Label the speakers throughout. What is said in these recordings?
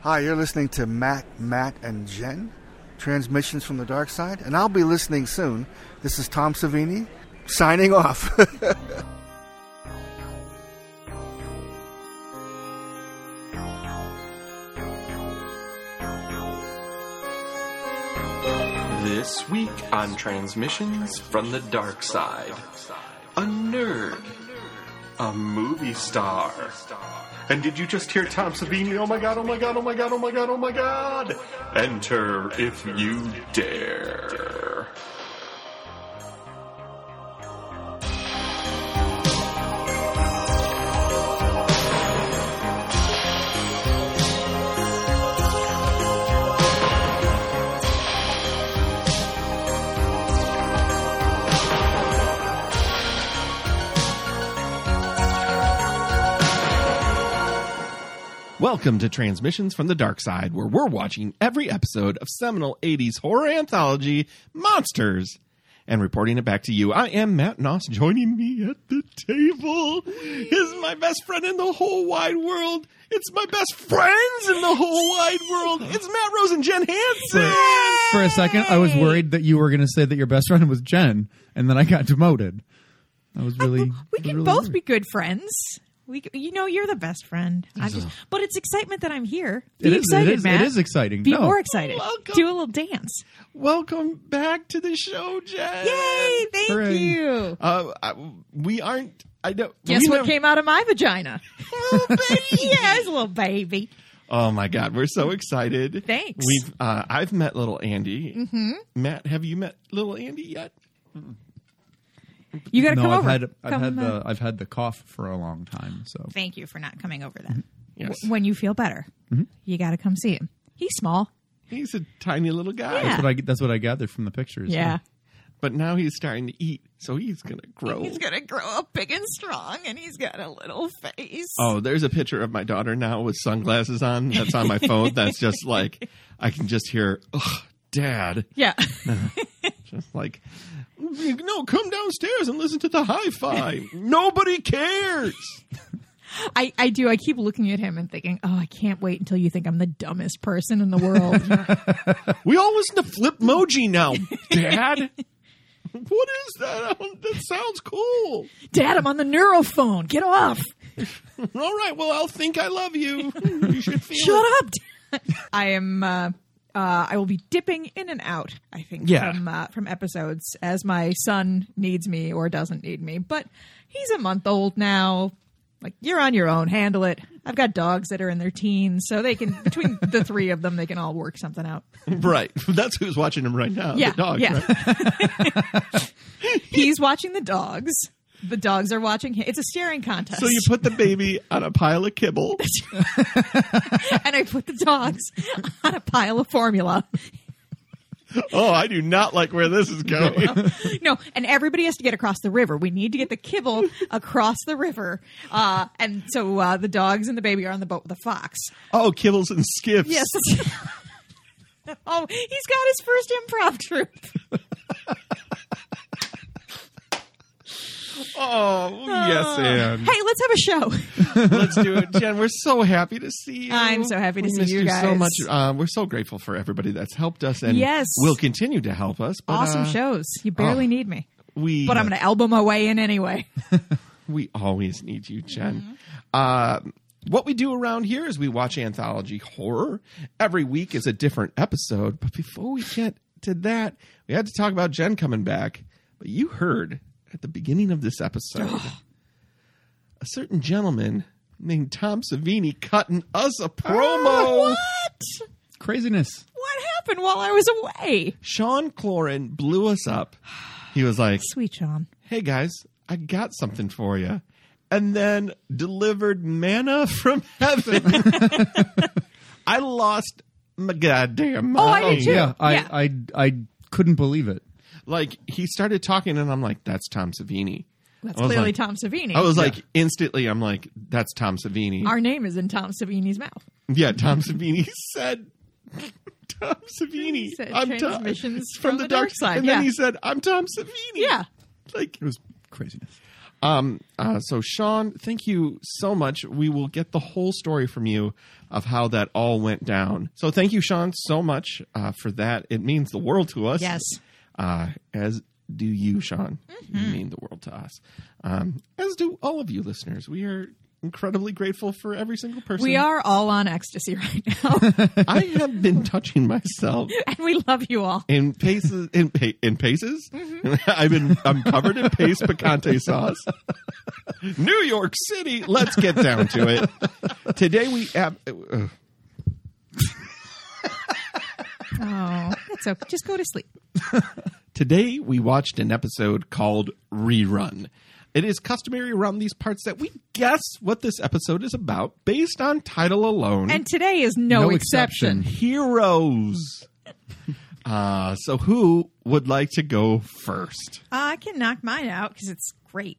Speaker 1: Hi, you're listening to Matt, Matt, and Jen, transmissions from the dark side, and I'll be listening soon. This is Tom Savini, signing off.
Speaker 2: This week on Transmissions from the Dark Side, a nerd, a movie star. And did you just hear Tom Savini? Oh my god, oh my god, oh my god, oh my god, oh my god! Enter if you dare.
Speaker 3: Welcome to Transmissions from the Dark Side, where we're watching every episode of seminal 80s horror anthology Monsters and reporting it back to you. I am Matt Noss. Joining me at the table is my best friend in the whole wide world. It's my best friends in the whole wide world. It's Matt Rose and Jen Hansen.
Speaker 4: For a second, I was worried that you were going to say that your best friend was Jen, and then I got demoted. I was really.
Speaker 5: we can both be good friends. We, c- you know, you're the best friend. I'm just, but it's excitement that I'm here. Be
Speaker 4: It is- it
Speaker 5: excited,
Speaker 4: is- it
Speaker 5: Matt.
Speaker 4: is exciting.
Speaker 5: Be
Speaker 4: No.
Speaker 5: more excited.
Speaker 3: Welcome.
Speaker 5: Do a little dance.
Speaker 3: Welcome back to the show, Jen.
Speaker 5: Yay! Thank
Speaker 4: Hooray.
Speaker 5: you.
Speaker 3: Uh, I- we aren't. I don't.
Speaker 5: Guess
Speaker 3: we
Speaker 5: what
Speaker 3: never-
Speaker 5: came out of my vagina? little baby. yeah, it was a little baby.
Speaker 3: Oh my God, we're so excited!
Speaker 5: Thanks.
Speaker 3: We've uh, I've met little Andy. Mm-hmm. Matt, have you met little Andy yet?
Speaker 5: You got to
Speaker 4: No,
Speaker 5: come
Speaker 4: I've
Speaker 5: over.
Speaker 4: had I've
Speaker 5: Come,
Speaker 4: had
Speaker 5: uh,
Speaker 4: the I've had the cough for a long time. So
Speaker 5: Thank you for not coming over then.
Speaker 4: Mm-hmm.
Speaker 3: Yes.
Speaker 5: When you feel better, you got to come see him. He's small.
Speaker 3: He's a tiny little guy,
Speaker 5: Yeah.
Speaker 4: that's what I that's what I gathered from the pictures.
Speaker 5: Yeah.
Speaker 3: but now he's starting to eat, so he's gonna grow.
Speaker 5: He's going to grow up big and strong, and he's got a little face.
Speaker 3: Oh, there's a picture of my daughter now with sunglasses on. That's on my phone. That's just like I can just hear, "Ugh, Dad!"
Speaker 5: Yeah.
Speaker 3: Just like, no, come downstairs and listen to the hi-fi. Nobody cares.
Speaker 5: I, I do. I keep looking at him and thinking, oh, I can't wait until you think I'm the dumbest person in the world.
Speaker 3: We all listen to Flipmoji now, Dad. what is that? Um, That sounds cool.
Speaker 5: Dad, I'm on the neurophone. Get off.
Speaker 3: All right, well, I'll think I love you. You should feel
Speaker 5: Shut
Speaker 3: it.
Speaker 5: up. I am. Uh, uh, I will be dipping in and out. I think
Speaker 3: Yeah.
Speaker 5: from uh, from episodes as my son needs me or doesn't need me. But he's a month old now. Like you're on your own. Handle it. I've got dogs that are in their teens, so they can between the three of them, they can all work something out.
Speaker 3: Right, that's who's watching him right now.
Speaker 5: Yeah,
Speaker 3: the dog.
Speaker 5: yeah.
Speaker 3: right?
Speaker 5: He's watching the dogs. The dogs are watching him. It's a staring contest.
Speaker 3: So you put the baby on a pile of kibble.
Speaker 5: and I put the dogs on a pile of formula.
Speaker 3: Oh, I do not like where this is going.
Speaker 5: No, and everybody has to get across the river. We need to get the kibble across the river. Uh, and so uh, the dogs and the baby are on the boat with the fox.
Speaker 3: Oh, kibbles and skiffs.
Speaker 5: Yes. oh, he's got his first improv troupe.
Speaker 3: Oh,
Speaker 5: Ah.
Speaker 3: yes, and
Speaker 5: Hey, let's have a show.
Speaker 3: let's do it, Jen. We're so happy to see you.
Speaker 5: I'm so happy to
Speaker 3: We
Speaker 5: see
Speaker 3: missed
Speaker 5: you
Speaker 3: so
Speaker 5: guys.
Speaker 3: much. Uh, we're so grateful for everybody that's helped us and
Speaker 5: Yes.
Speaker 3: will continue to help us. But,
Speaker 5: awesome
Speaker 3: uh,
Speaker 5: shows. You barely
Speaker 3: oh.
Speaker 5: need me.
Speaker 3: We,
Speaker 5: But I'm going to elbow my way in anyway.
Speaker 3: We always need you, Jen. Uh, what we do around here is we watch anthology horror. Every week is a different episode. But before we get to that, we had to talk about Jen coming back. But you heard at the beginning of this episode a certain gentleman named Tom Savini cutting us a promo.
Speaker 4: craziness.
Speaker 5: What happened while I was away?
Speaker 3: Sean Cloran blew us up. He was like,
Speaker 5: Sweet John.
Speaker 3: hey guys, I got something for you. And then delivered manna from heaven. I lost my goddamn mind.
Speaker 5: Oh, I did too.
Speaker 4: Yeah, I,
Speaker 5: Yeah.
Speaker 4: I I couldn't believe it.
Speaker 3: Like, he started talking, and I'm like, that's Tom Savini.
Speaker 5: That's
Speaker 3: I was
Speaker 5: clearly
Speaker 3: like-
Speaker 5: Tom Savini.
Speaker 3: I was like, instantly, I'm like, that's Tom Savini.
Speaker 5: Our name is in Tom Savini's mouth.
Speaker 3: yeah, Tom Savini said. Tom Savini.
Speaker 5: He said
Speaker 3: I'm Tom.
Speaker 5: transmissions from the dark side,
Speaker 3: And then
Speaker 5: yeah.
Speaker 3: he said, I'm Tom Savini.
Speaker 5: Yeah.
Speaker 3: Like,
Speaker 4: It was craziness.
Speaker 3: Um, uh, so, Sean, thank you so much. We will get the whole story from you of how that all went down. So, thank you, Sean, so much uh, for that. It means the world to us.
Speaker 5: Yes.
Speaker 3: Uh, as do you, Sean.
Speaker 5: Mm-hmm.
Speaker 3: You mean the world to us. Um, as do all of you listeners. We are incredibly grateful for every single person.
Speaker 5: We are all on ecstasy right now,
Speaker 3: I have been touching myself
Speaker 5: and we love you all.
Speaker 3: in paces in pa- in paces. I've been I'm covered in paste picante sauce. New York City. Let's get down to it. Today we ab- uh,
Speaker 5: Oh, that's okay. Just go to sleep.
Speaker 3: today we watched an episode called Rerun. It is customary around these parts that we guess what this episode is about based on title alone.
Speaker 5: And today is no,
Speaker 4: No
Speaker 5: exception.
Speaker 4: exception.
Speaker 3: heroes. Uh, so who would like to go first?
Speaker 5: Uh, I can knock mine out because it's great.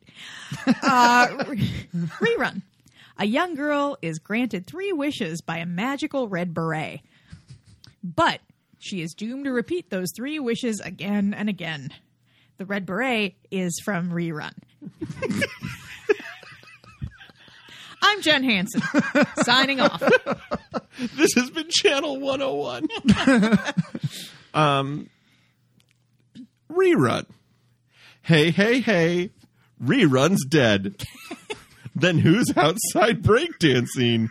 Speaker 5: Uh, re- rerun. A young girl is granted three wishes by a magical red beret, but she is doomed to repeat those three wishes again and again. The red beret is from Rerun. I'm Jen Hansen, signing off.
Speaker 3: This has been Channel 101. um, rerun. Hey, hey, hey. Rerun's dead. then who's outside breakdancing?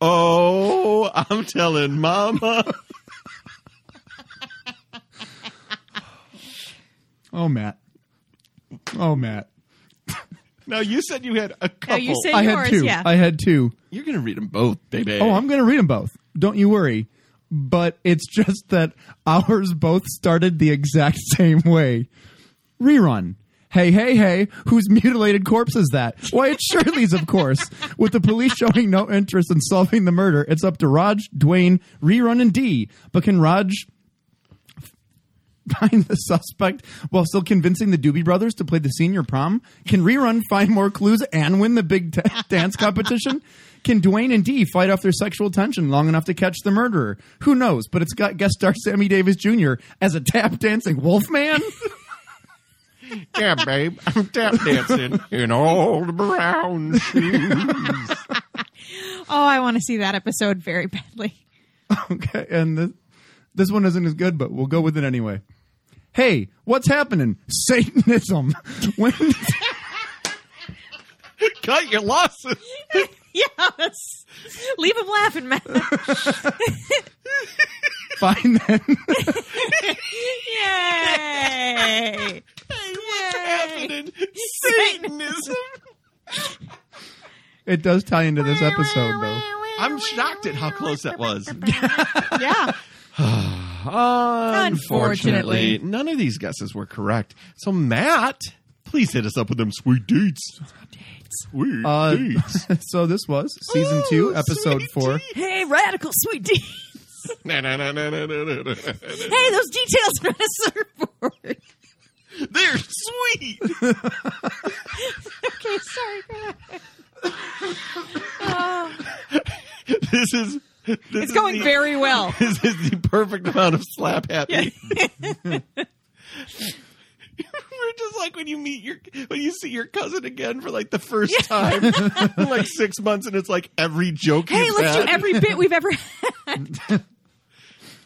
Speaker 3: Oh, I'm telling mama.
Speaker 4: Oh, Matt. Oh, Matt.
Speaker 3: Now, you said you had a couple.
Speaker 5: Now you say
Speaker 4: I
Speaker 5: yours,
Speaker 4: had two.
Speaker 5: yeah.
Speaker 4: I had two.
Speaker 3: You're going to read them both, baby.
Speaker 4: Oh, I'm going to read them both. Don't you worry. But it's just that ours both started the exact same way. Rerun. Hey, hey, hey, whose mutilated corpse is that? Why, it's Shirley's, of course. With the police showing no interest in solving the murder, it's up to Raj, Dwayne, Rerun, and D. But can Raj find the suspect while still convincing the Doobie Brothers to play the senior prom? Can Rerun find more clues and win the big t- dance competition? Can Dwayne and Dee fight off their sexual tension long enough to catch the murderer? Who knows? But it's got guest star Sammy Davis Jr. as a tap dancing wolfman.
Speaker 3: yeah, babe. I'm tap dancing in old brown shoes.
Speaker 5: Oh, I want to see that episode very badly.
Speaker 4: okay, and the, this one isn't as good, but we'll go with it anyway. Hey, what's happening? Satanism. When
Speaker 3: Cut your losses.
Speaker 5: Yes, leave him laughing, Matt.
Speaker 4: find that
Speaker 5: Yay!
Speaker 3: happening? Satanism.
Speaker 4: it does tie into this episode though.
Speaker 3: I'm shocked at how close that was.
Speaker 5: Yeah.
Speaker 3: Unfortunately, none of these guesses were correct. So, Matt, please hit us up with them sweet dates. Sweet
Speaker 4: Uh,
Speaker 3: dates. Oh,
Speaker 4: so this was season two, episode
Speaker 3: sweet
Speaker 4: four.
Speaker 3: tea.
Speaker 5: Hey, radical sweet D.
Speaker 3: Na, na, na, na, na, na, na, na.
Speaker 5: Hey, those details are on a surfboard.
Speaker 3: They're sweet.
Speaker 5: Okay, sorry. go ahead.
Speaker 3: This is. This
Speaker 5: It's
Speaker 3: is
Speaker 5: going
Speaker 3: the,
Speaker 5: very well.
Speaker 3: This is the perfect amount of slap happy. We're just like when you meet your when you see your cousin again for like the first time in like six months, and it's like every joke.
Speaker 5: Hey,
Speaker 3: you've
Speaker 5: let's do
Speaker 3: had.
Speaker 5: every bit we've ever had.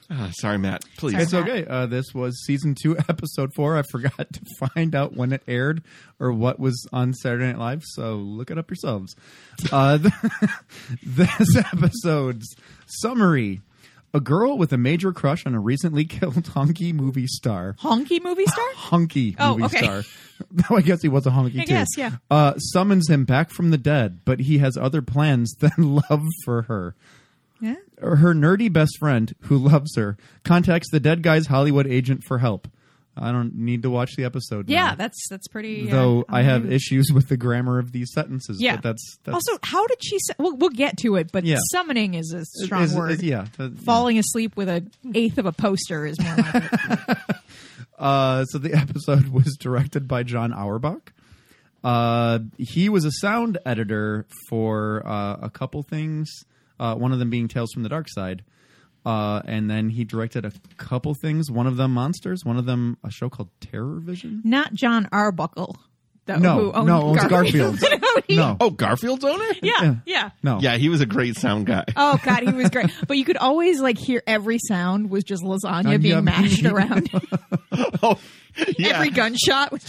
Speaker 3: Ah, sorry, Matt. Please.
Speaker 5: Sorry.
Speaker 4: It's okay. Uh, this was season two, episode four. I forgot to find out when it aired or what was on Saturday Night Live, so look it up yourselves. Uh, th- this episode's summary. A girl with a major crush on a recently killed honky movie star
Speaker 5: Honky movie star?
Speaker 4: honky
Speaker 5: Oh,
Speaker 4: movie
Speaker 5: okay.
Speaker 4: star. Though I guess he was a honky
Speaker 5: I
Speaker 4: too.
Speaker 5: guess, yeah.
Speaker 4: Uh, summons him back from the dead, but he has other plans than love for her.
Speaker 5: Yeah.
Speaker 4: Her nerdy best friend, who loves her, contacts the dead guy's Hollywood agent for help. I don't need to watch the episode.
Speaker 5: Yeah,
Speaker 4: now,
Speaker 5: that's that's pretty. uh,
Speaker 4: though I have
Speaker 5: unbelievable.
Speaker 4: issues with the grammar of these sentences.
Speaker 5: Yeah.
Speaker 4: But that's, that's
Speaker 5: also, how did she? Su- we'll, we'll get to it, but
Speaker 4: Yeah.
Speaker 5: summoning is a strong
Speaker 4: is-
Speaker 5: word.
Speaker 4: is- yeah. Uh,
Speaker 5: Falling asleep with an eighth of a poster is more like it.
Speaker 4: Uh, so the episode was directed by John Auerbach. Uh, he was a sound editor for uh, a couple things, uh, one of them being Tales from the Dark Side. Uh, and then he directed a couple things, one of them Monsters, one of them a show called Terror Vision.
Speaker 5: Not John Arbuckle. though,
Speaker 4: No,
Speaker 5: who owned
Speaker 4: no, owns
Speaker 5: Garfield.
Speaker 4: Garfield.
Speaker 5: No, he-
Speaker 4: No.
Speaker 3: Oh, Garfield's owner?
Speaker 5: yeah, yeah.
Speaker 4: No.
Speaker 3: Yeah, he was a great sound guy.
Speaker 5: Oh god, he was great. But you could always like hear every sound was just lasagna
Speaker 4: Lasagna
Speaker 5: being mashed
Speaker 4: being-
Speaker 5: around.
Speaker 3: Oh, yeah.
Speaker 5: Every gunshot, which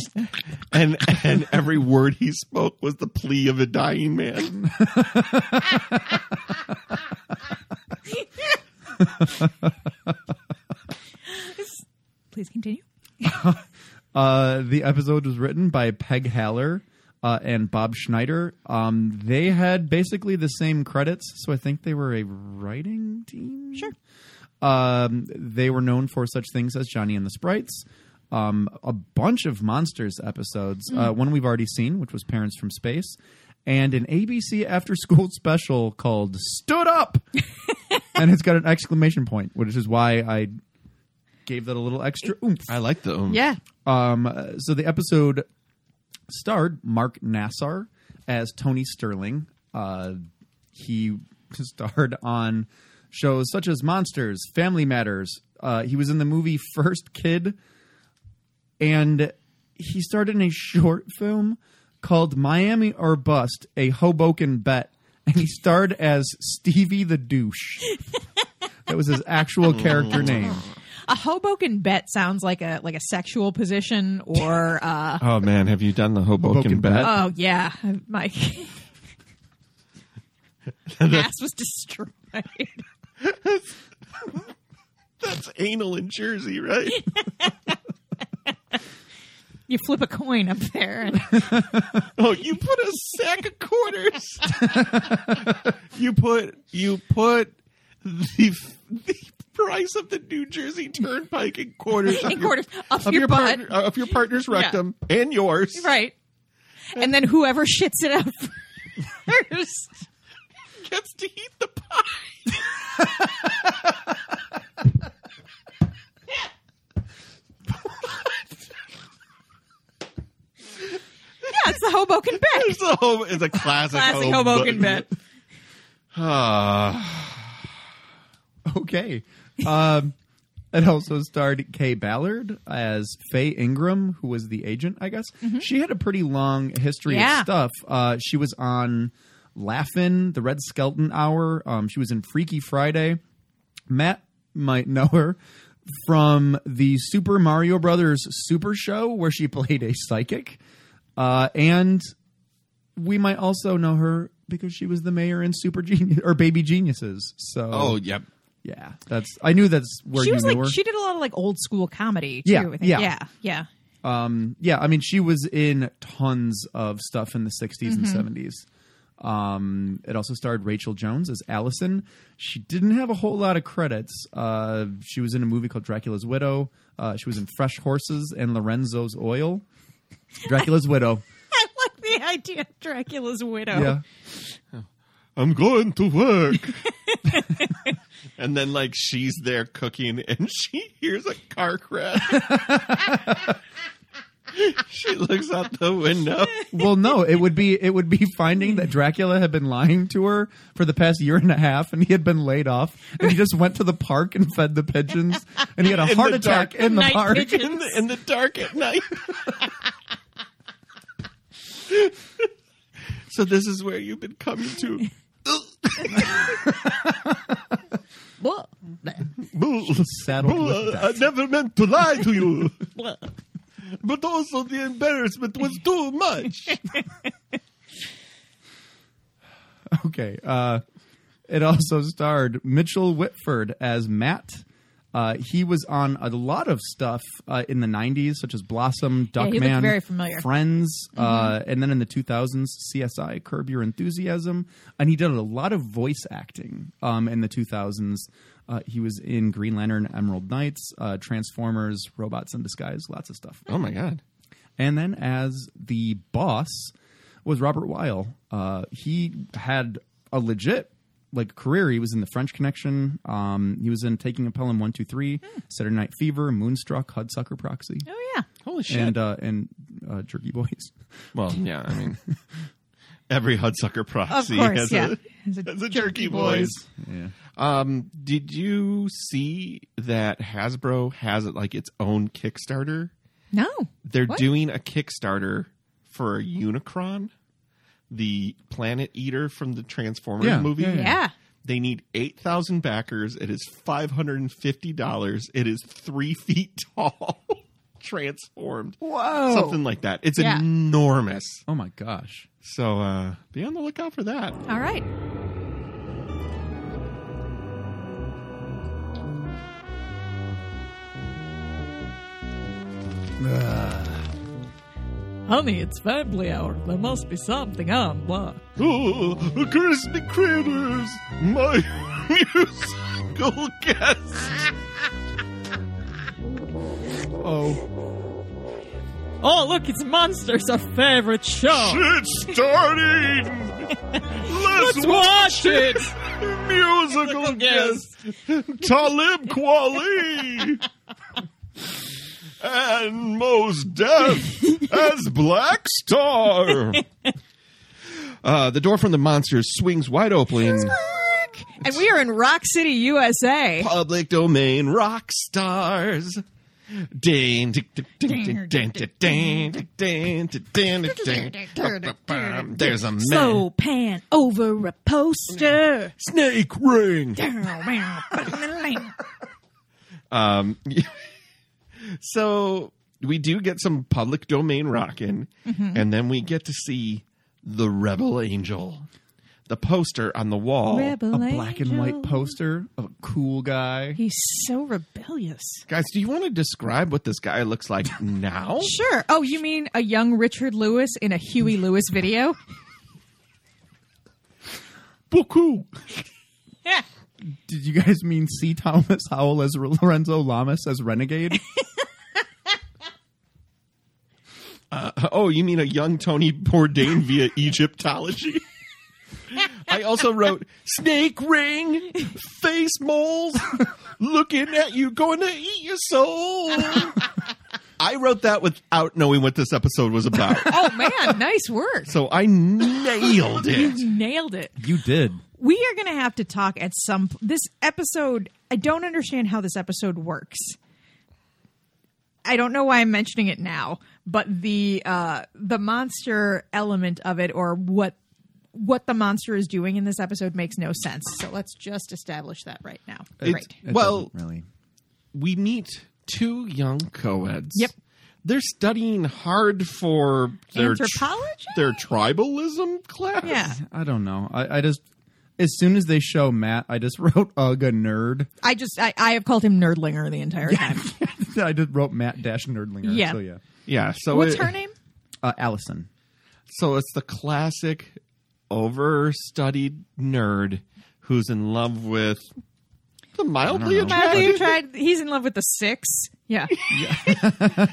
Speaker 3: and and every word he spoke was the plea of a dying man.
Speaker 5: please continue.
Speaker 4: Uh, the episode was written by Peg Haller uh, and Bob Schneider. Um, they had basically the same credits, so I think they were a writing team. Sure. Um, they were known for such things as Johnny and the Sprites, um, a bunch of Monsters episodes, uh, one we've already seen, which was Parents from Space, and an ABC after school special called Stood Up! and it's got an exclamation point, which is why I gave that a little extra oomph.
Speaker 3: I like the oomph.
Speaker 5: Yeah.
Speaker 4: Um, uh, so the episode starred Mark Nassar as Tony Sterling. Uh, he starred on shows such as Monsters, Family Matters. Uh, he was in the movie First Kid, and he starred in a short film called Miami or Bust, a Hoboken bet. And he starred as Stevie the Douche. that was his actual character name.
Speaker 5: A Hoboken bet sounds like a like a sexual position or uh
Speaker 3: Oh man, have you done the Hoboken,
Speaker 4: Hoboken
Speaker 3: bet?
Speaker 5: oh yeah, my ass was destroyed.
Speaker 3: That's anal in Jersey, right?
Speaker 5: You flip a coin up there and
Speaker 3: oh, you put a sack of quarters. you put you put the the price of the New Jersey Turnpike in quarters of
Speaker 5: in
Speaker 3: your-
Speaker 5: quarters up
Speaker 3: of
Speaker 5: your, butt.
Speaker 3: partner, uh, of your partner's rectum and yours.
Speaker 5: Right. And then whoever shits it out first.
Speaker 3: gets to eat the pie.
Speaker 5: Yeah, it's the Hoboken bet.
Speaker 3: It's a, hob- it's a classic,
Speaker 5: Classic
Speaker 4: Oh,
Speaker 3: hobo-
Speaker 5: Hoboken bet.
Speaker 3: Ah,
Speaker 4: Okay. Um, it also starred Kay Ballard as Faye Ingram, who was the agent, I guess. She had a pretty long history
Speaker 5: Yeah.
Speaker 4: of stuff. Uh, she was on Laugh-In, The Red Skeleton Hour. Um, she was in Freaky Friday. Matt might know her from the Super Mario Brothers Super Show, where she played a psychic. Uh, and we might also know her because she was the mayor in Super Genius or Baby Geniuses. So
Speaker 3: oh, yep.
Speaker 4: yeah, that's. I knew that's where
Speaker 5: she
Speaker 4: you
Speaker 5: was
Speaker 4: knew
Speaker 5: like
Speaker 4: her.
Speaker 5: she did a lot of like old school comedy too.
Speaker 4: Yeah,
Speaker 5: I think.
Speaker 4: yeah.
Speaker 5: yeah, yeah.
Speaker 4: um, yeah, I mean, she was in tons of stuff in the '60s
Speaker 5: Mm-hmm.
Speaker 4: and '70s. Um, it also starred Rachel Jones as Allison. She didn't have a whole lot of credits. Uh, she was in a movie called Dracula's Widow. Uh, she was in Fresh Horses and Lorenzo's Oil. Dracula's Widow.
Speaker 5: I like the idea of Dracula's widow.
Speaker 4: Yeah.
Speaker 3: I'm going to work. and then, like, she's there cooking and she hears a car crash. she looks out the window.
Speaker 4: Well, no, it would be it would be finding that Dracula had been lying to her for the past year and a half, and he had been laid off, and he just went to the park and fed the pigeons, and he had a
Speaker 3: In
Speaker 4: heart
Speaker 3: the
Speaker 4: attack
Speaker 3: dark.
Speaker 4: in the
Speaker 5: Night
Speaker 4: park.
Speaker 5: pigeon.
Speaker 3: In the, in the dark at night. so, this is where you've been coming to.
Speaker 5: Blah,
Speaker 4: saddled with
Speaker 3: I never meant to lie to you. but also the embarrassment was too much.
Speaker 4: Okay, uh, it also starred Mitchell Whitford as Matt. Uh, he was on a lot of stuff uh, in the '90s, such as Blossom,
Speaker 5: Yeah,
Speaker 4: Duckman,
Speaker 5: he looked very familiar. Mm-hmm.
Speaker 4: Friends, uh, and then in the 2000s, CSI, Curb Your Enthusiasm, and he did a lot of voice acting um, in the 2000s. Uh, he was in Green Lantern, Emerald Knights, uh, Transformers, Robots in Disguise, lots of stuff.
Speaker 3: Oh my god.
Speaker 4: And then as the boss was Robert Weil. Uh, he had a legit like career. He was in The French Connection. Um, he was in Taking a Pelham 123, Saturday Night Fever, Moonstruck, Hudsucker Proxy,
Speaker 5: Oh yeah.
Speaker 3: Holy
Speaker 4: and uh, and uh, Jerky Boys.
Speaker 3: well, yeah, I mean every Hudsucker
Speaker 5: Of
Speaker 3: proxy
Speaker 5: course,
Speaker 3: has
Speaker 5: yeah.
Speaker 3: a
Speaker 5: Has a
Speaker 3: has a jerky voice.
Speaker 4: Yeah.
Speaker 3: Um did you see that Hasbro has like its own Kickstarter?
Speaker 5: No.
Speaker 3: They're
Speaker 5: What?
Speaker 3: doing a Kickstarter for Unicron, the planet eater from the Transformers
Speaker 4: Yeah,
Speaker 3: movie.
Speaker 4: yeah,
Speaker 5: Yeah.
Speaker 3: They need 8,000 backers. It is $550. It is three feet tall, transformed.
Speaker 4: Whoa.
Speaker 3: Something like that. It's
Speaker 5: Oh. Yeah.
Speaker 3: enormous.
Speaker 4: Oh my gosh.
Speaker 3: So uh, be on the lookout for that.
Speaker 5: All right. Ah. Honey, it's family hour. There must be something on. Blah.
Speaker 3: Oh, crispy critters, my musical guest.
Speaker 4: Oh.
Speaker 5: Oh, look, it's Monsters, our favorite show.
Speaker 3: It's starting. Let's,
Speaker 5: Watch it!
Speaker 3: musical guest Talib Kweli and Mos Def as Black Star. Uh, the door from the monsters swings wide open.
Speaker 5: and we are in Rock City,
Speaker 4: Oh,
Speaker 5: USA.
Speaker 3: Public domain rock stars. Ding, ding, ding, ding, ding, ding, ding, ding, ding, ding, ding, ding. There's a man.
Speaker 5: So pan over a poster.
Speaker 3: Snake ring.
Speaker 4: Oh,
Speaker 3: Um, so we do get some public domain rocking, and then we get to see the Rebel Angel, the poster on the wall.
Speaker 4: A black and white poster of a cool guy.
Speaker 5: He's so rebellious.
Speaker 3: Guys, do you want to describe what this guy looks like now?
Speaker 5: Sure. Oh, you mean a young Richard Lewis in a Huey Lewis video?
Speaker 3: Buku.
Speaker 5: Yeah.
Speaker 4: Did you guys mean C. Thomas Howell as R- Lorenzo Lamas as Renegade?
Speaker 3: Oh, you mean a young Tony Bourdain via Egyptology? I also wrote snake ring, face moles, looking at you, going to eat your soul. I wrote that without knowing what this episode was about,
Speaker 5: Oh man, nice work.
Speaker 3: so I nailed it.
Speaker 5: Nailed it.
Speaker 4: you did.
Speaker 5: We are going to have to talk at some this episode. I don't understand how this episode works. I don't know why I'm mentioning it now, but the uh the monster element of it or what what the monster is doing in this episode makes no sense. So let's just establish that right now.
Speaker 3: It's-
Speaker 5: Great.
Speaker 4: It
Speaker 3: Well-
Speaker 4: doesn't really.
Speaker 3: We meet two young co-eds.
Speaker 5: Yep.
Speaker 3: They're studying hard for their tr-
Speaker 5: Anthropology?
Speaker 3: their tribalism class.
Speaker 5: Yeah.
Speaker 4: I don't know. I, I just as soon as they show Matt, I just wrote ugh a nerd.
Speaker 5: I just I, I have called him Nerdlinger the entire time.
Speaker 4: I just wrote Matt Dash Nerdlinger.
Speaker 5: Yeah.
Speaker 4: So yeah.
Speaker 3: Yeah. So
Speaker 5: What's
Speaker 3: it-
Speaker 5: her name?
Speaker 4: Uh, Allison.
Speaker 3: So it's the classic overstudied nerd who's in love with the mildly
Speaker 5: Madly
Speaker 3: attractive.
Speaker 5: Uh, tried. He's in love with the six. Yeah,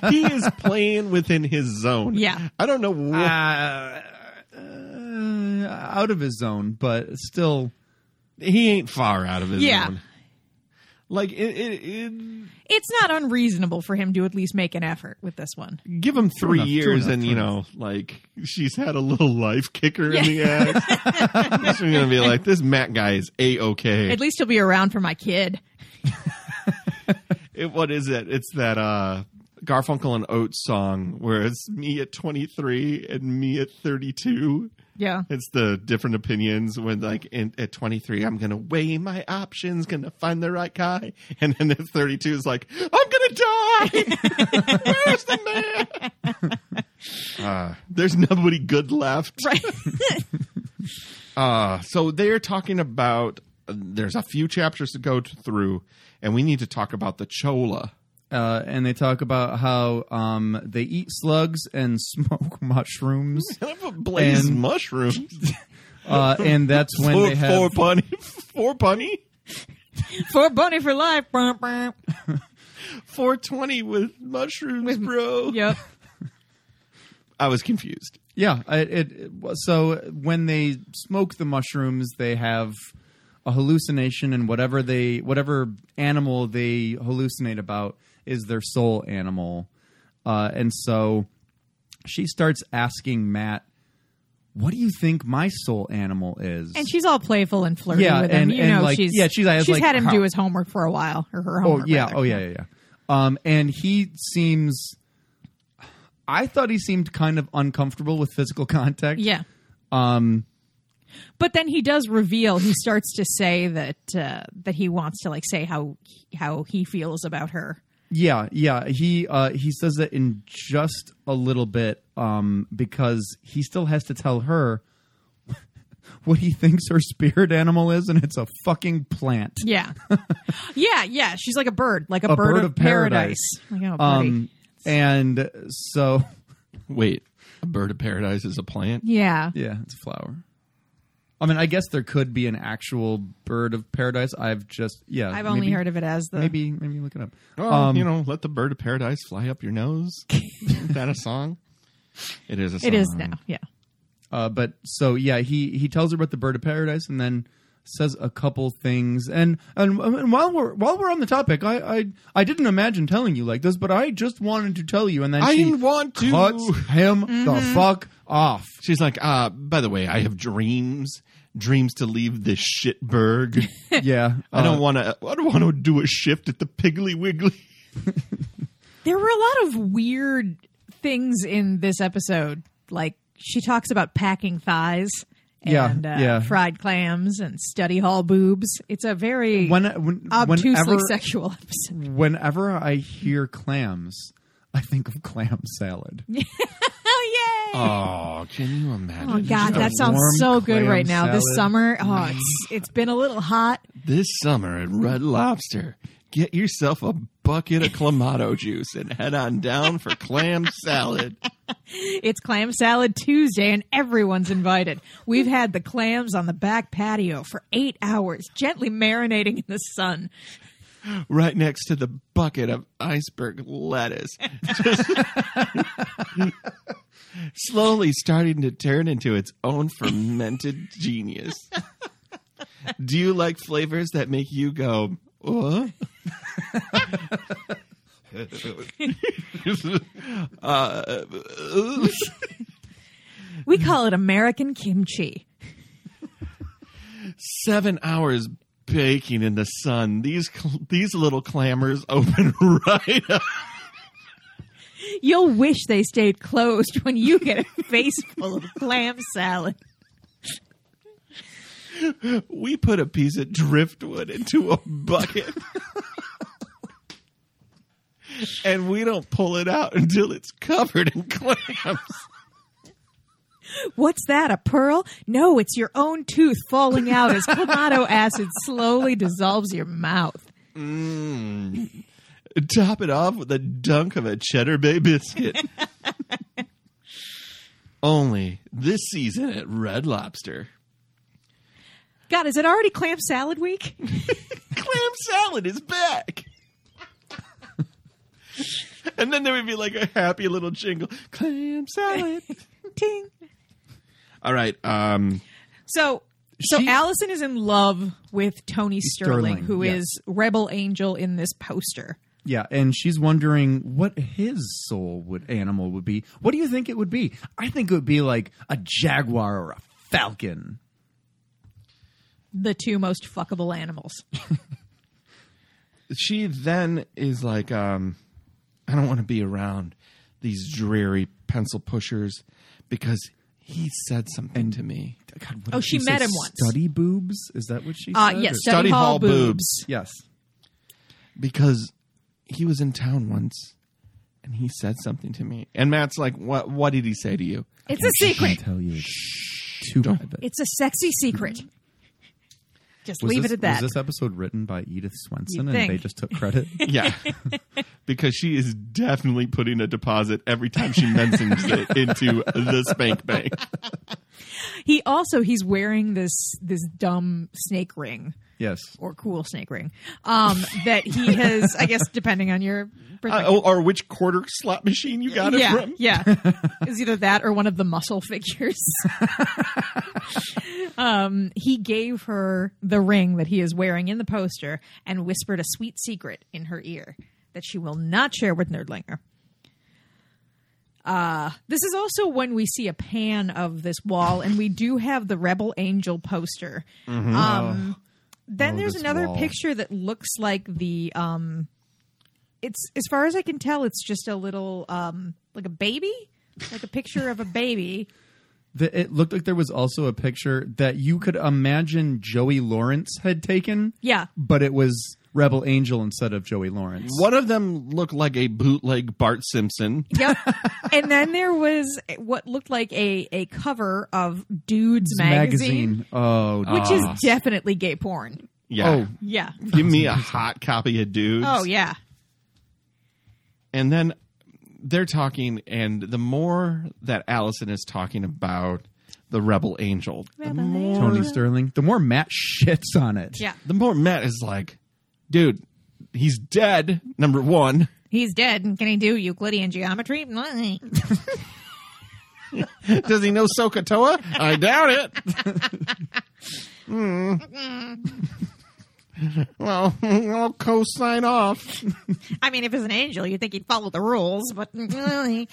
Speaker 3: he is playing within his zone.
Speaker 5: Yeah.
Speaker 3: I don't know what.
Speaker 4: Uh, uh, out of his zone, but still.
Speaker 3: he ain't far out of his
Speaker 5: Yeah.
Speaker 3: zone. Like, it, it,
Speaker 5: it's not unreasonable for him to at least make an effort with this one.
Speaker 3: it, give him three
Speaker 4: enough, true
Speaker 3: years,
Speaker 4: enough,
Speaker 3: and
Speaker 4: true
Speaker 3: you know, like she's had a little life kicker in the ass. she's gonna be like, this Matt guy is a okay.
Speaker 5: At least he'll be around for my kid.
Speaker 3: it, what is it? It's that uh, Garfunkel and Oates song where it's me at 23 and me at 32.
Speaker 5: Yeah,
Speaker 3: It's the different opinions when, like, in, at 23, I'm going to weigh my options, going to find the right guy. And then at 32 is like, I'm going to die. Where's the man? Uh, there's nobody good left.
Speaker 5: right.
Speaker 3: Uh, so they're talking about, there's a few chapters to go t- through, and we need to talk about the Chola.
Speaker 4: Uh, and they talk about how um, they eat slugs and smoke mushrooms,
Speaker 3: Blaze
Speaker 4: And-
Speaker 3: mushrooms.
Speaker 4: uh, and that's when
Speaker 3: four,
Speaker 4: they have
Speaker 3: four bunny, four bunny,
Speaker 5: for Bunny for life. Brum, brum.
Speaker 3: four twenty with mushrooms, bro.
Speaker 5: Yep.
Speaker 3: I was confused.
Speaker 4: Yeah, I- it, it so when they smoke the mushrooms, they have a hallucination, and whatever they whatever animal they hallucinate about is their soul animal, uh, and so she starts asking Matt, "What do you think my soul animal is?"
Speaker 5: And she's all playful and flirty
Speaker 4: Yeah,
Speaker 5: with him.
Speaker 4: and-
Speaker 5: you
Speaker 4: and,
Speaker 5: know,
Speaker 4: like-
Speaker 5: she's
Speaker 4: yeah, she's- I was like,
Speaker 5: had him
Speaker 4: how-
Speaker 5: do his homework for a while or her homework.
Speaker 4: Oh yeah,
Speaker 5: rather.
Speaker 4: oh yeah, yeah, yeah. Um, and he seems I thought he seemed kind of uncomfortable with physical contact.
Speaker 5: Yeah.
Speaker 4: Um,
Speaker 5: But then he does reveal. He starts to say that uh, that he wants to like say how how he feels about her.
Speaker 4: yeah, yeah. He uh, he says that in just a little bit um, because he still has to tell her what he thinks her spirit animal is, and it's a fucking plant.
Speaker 5: Yeah, yeah, yeah. She's like a bird, like a,
Speaker 4: A
Speaker 5: bird,
Speaker 4: bird
Speaker 5: of,
Speaker 4: of
Speaker 5: paradise.
Speaker 4: paradise.
Speaker 5: Like, oh, buddy.
Speaker 4: Um, and so
Speaker 3: Wait, a bird of paradise is a plant?
Speaker 5: yeah,
Speaker 4: yeah, it's a flower. I mean, I guess there could be an actual bird of paradise. I've just yeah.
Speaker 5: I've only heard of it as the
Speaker 4: Maybe maybe look it up.
Speaker 3: Well,
Speaker 4: Um,
Speaker 3: Oh, you know, let the bird of paradise fly up your nose. Isn't that a song? It is a song.
Speaker 5: It is now. Yeah.
Speaker 4: Uh, but so yeah, he he tells her about the bird of paradise, and then says a couple things. And and, and while we're while we're on the topic, I, I I didn't imagine telling you like this, but I just wanted to tell you. And then
Speaker 3: I
Speaker 4: she
Speaker 3: didn't want to.
Speaker 4: cuts him the
Speaker 5: Mm-hmm.
Speaker 4: fuck off.
Speaker 3: She's like, uh, by the way, I have dreams. Dreams to leave this shitberg.
Speaker 4: yeah,
Speaker 3: I
Speaker 4: uh,
Speaker 3: don't want to. I don't want to do a shift at the Piggly Wiggly.
Speaker 5: There were a lot of weird things in this episode. Like she talks about packing thighs
Speaker 4: Yeah,
Speaker 5: and uh,
Speaker 4: yeah.
Speaker 5: fried clams and study hall boobs. It's a very
Speaker 4: when, when
Speaker 5: obtusely
Speaker 4: whenever
Speaker 5: sexual episode.
Speaker 4: whenever I hear clams, I think of clam salad.
Speaker 5: Oh yay!
Speaker 3: Oh, can you imagine?
Speaker 5: Oh God,
Speaker 4: a
Speaker 5: that sounds
Speaker 4: warm
Speaker 5: so good
Speaker 4: clam
Speaker 5: right now. This
Speaker 4: salad.
Speaker 5: summer, oh, it's it's been a little hot.
Speaker 3: This summer at Red Lobster, get yourself a bucket of clamato juice and head on down for clam salad.
Speaker 5: It's clam salad Tuesday, and everyone's invited. We've had the clams on the back patio for eight hours, gently marinating in the sun.
Speaker 3: right next to the bucket of iceberg lettuce. Just- slowly starting to turn into its own fermented genius. Do you like flavors that make you go, "What?" uh,
Speaker 5: We call it American kimchi.
Speaker 3: seven hours baking in the sun. These cl- these little clammers open right up.
Speaker 5: You'll wish they stayed closed when you get a face full of clam salad.
Speaker 3: We put a piece of driftwood into a bucket. and we don't pull it out until it's covered in clams.
Speaker 5: What's that, a pearl? No, it's your own tooth falling out as clamato acid slowly dissolves your mouth.
Speaker 3: Top it off with a dunk of a Cheddar Bay biscuit. Only this season at Red Lobster.
Speaker 5: God, is it already clam salad week?
Speaker 3: Clam salad is back. and then there would be like a happy little jingle. Clam salad.
Speaker 5: Ting.
Speaker 3: All right. Um
Speaker 5: So so
Speaker 3: She-
Speaker 5: Allison is in love with Tony Sterling,
Speaker 4: Sterling,
Speaker 5: who is
Speaker 4: yes.
Speaker 5: Rebel Angel in this poster.
Speaker 4: Yeah, and she's wondering what his soul would animal would be. What do you think it would be? I think it would be like a jaguar or a falcon.
Speaker 5: The two most fuckable animals.
Speaker 3: she then is like, um, I don't want to be around these dreary pencil pushers because he said something to me.
Speaker 4: God, what
Speaker 5: Oh,
Speaker 4: did
Speaker 5: she
Speaker 4: say?
Speaker 5: met him once.
Speaker 4: Study boobs? Is that what she
Speaker 5: Uh,
Speaker 4: said?
Speaker 5: yes,
Speaker 4: Or-
Speaker 5: study, hall, boobs.
Speaker 4: yes.
Speaker 3: Because he was in town once and he said something to me. And Matt's like, What what did he say to you?
Speaker 5: It's a
Speaker 4: I
Speaker 5: secret.
Speaker 4: tell you, it's too private.
Speaker 5: It's a sexy secret. Just
Speaker 4: Was
Speaker 5: leave
Speaker 4: this-
Speaker 5: it at that.
Speaker 4: Was this episode written by Edith Swenson
Speaker 5: You'd
Speaker 4: and they
Speaker 5: think.
Speaker 4: just took credit?
Speaker 3: Yeah. because she is definitely putting a deposit every time she mentions it into the spank bank.
Speaker 5: He also he's wearing this this dumb snake ring
Speaker 4: yes.
Speaker 5: or cool snake ring um, that he has. I guess depending on your
Speaker 3: Uh,
Speaker 5: perspective.
Speaker 3: or, or which quarter slot machine you got it
Speaker 5: yeah,
Speaker 3: from.
Speaker 5: Yeah. It's either that or one of the muscle figures. um, he gave her the ring that he is wearing in the poster and whispered a sweet secret in her ear that she will not share with Nerdlinger. Uh, this is also when we see a pan of this wall, and we do have the Rebel Angel poster. Um, then
Speaker 4: Oh,
Speaker 5: there's
Speaker 4: this
Speaker 5: another
Speaker 4: wall.
Speaker 5: picture that looks like the um, it's as far as I can tell, it's just a little um, like a baby, like a picture of a baby.
Speaker 4: The, it looked like there was also a picture that you could imagine Joey Lawrence had taken.
Speaker 5: Yeah.
Speaker 4: But it was Rebel Angel instead of Joey Lawrence.
Speaker 3: One of them looked like a bootleg Bart Simpson.
Speaker 5: Yep. and then there was what looked like a a cover of Dudes magazine,
Speaker 4: Oh,
Speaker 5: which
Speaker 4: no. Oh,
Speaker 5: is definitely gay porn.
Speaker 3: Yeah.
Speaker 5: Yeah.
Speaker 3: Give me a hot copy of Dudes.
Speaker 5: Oh yeah.
Speaker 3: And then they're talking, and the more that Allison is talking about the Rebel Angel, the more
Speaker 4: Tony Sterling. The more Matt shits on it.
Speaker 5: Yeah.
Speaker 3: the more Matt is like, dude, he's dead. Number one.
Speaker 5: He's dead. and Can he do Euclidean geometry? Mwah.
Speaker 3: Does he know Sokotoa? I doubt it. Hmm. well, I'll co-sign off.
Speaker 5: I mean, if he's an angel, you'd think he'd follow the rules, but you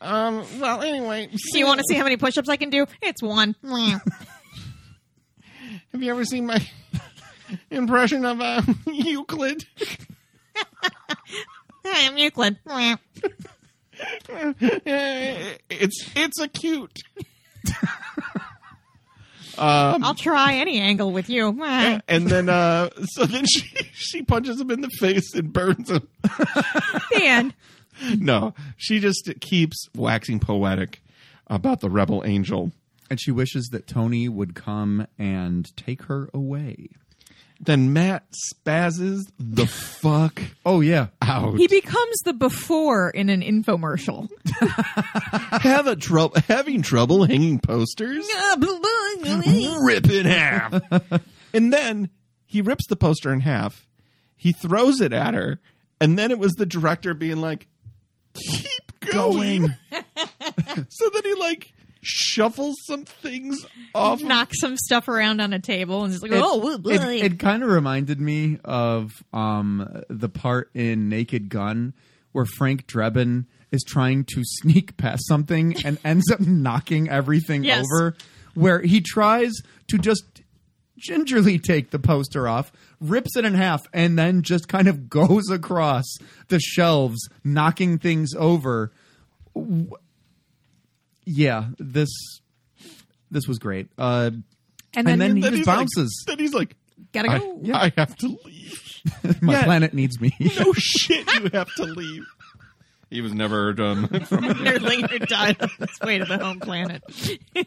Speaker 3: Um, well, anyway,
Speaker 5: want to see how many push ups I can do? It's one. Mwah.
Speaker 3: have you ever seen my impression of uh, Euclid?
Speaker 5: Hey, I'm Euclid.
Speaker 4: Um,
Speaker 5: Mwah.
Speaker 3: Eh, It's it's acute.
Speaker 5: I'll try any angle with you. Mwah.
Speaker 3: And then, uh, so then she she punches him in the face and burns him.
Speaker 5: The end.
Speaker 3: No, she just keeps waxing poetic about the rebel angel.
Speaker 4: And she wishes that Tony would come and take her away.
Speaker 3: Then Matt spazzes the fuck
Speaker 4: Oh, yeah.
Speaker 3: out.
Speaker 5: He becomes the before in an infomercial.
Speaker 3: Have a trou- having trouble hanging posters? Rip in half. and then he rips the poster in half. He throws it at her. And then it was the director being like, keep going. so then he like shuffles some things off.
Speaker 5: Knocks some stuff around on a table and is like, oh, woo,
Speaker 4: it,
Speaker 5: boy."
Speaker 4: it kind of reminded me of um, the part in Naked Gun where Frank Drebin is trying to sneak past something and ends up knocking everything
Speaker 5: Yes.
Speaker 4: over. Where he tries to just gingerly take the poster off, rips it in half, and then just kind of goes across the shelves, knocking things over. W- Yeah, this this was great. Uh,
Speaker 5: and
Speaker 4: and
Speaker 5: then,
Speaker 4: then
Speaker 5: you're-
Speaker 4: he just
Speaker 3: like-
Speaker 4: bounces.
Speaker 3: then he's like,
Speaker 5: gotta
Speaker 3: I,
Speaker 5: go.
Speaker 3: I have to leave.
Speaker 4: my
Speaker 3: Yeah.
Speaker 4: planet needs me.
Speaker 3: No Oh, shit, you have to leave. He was never um, done from
Speaker 5: They're later died on its way to the home planet. uh,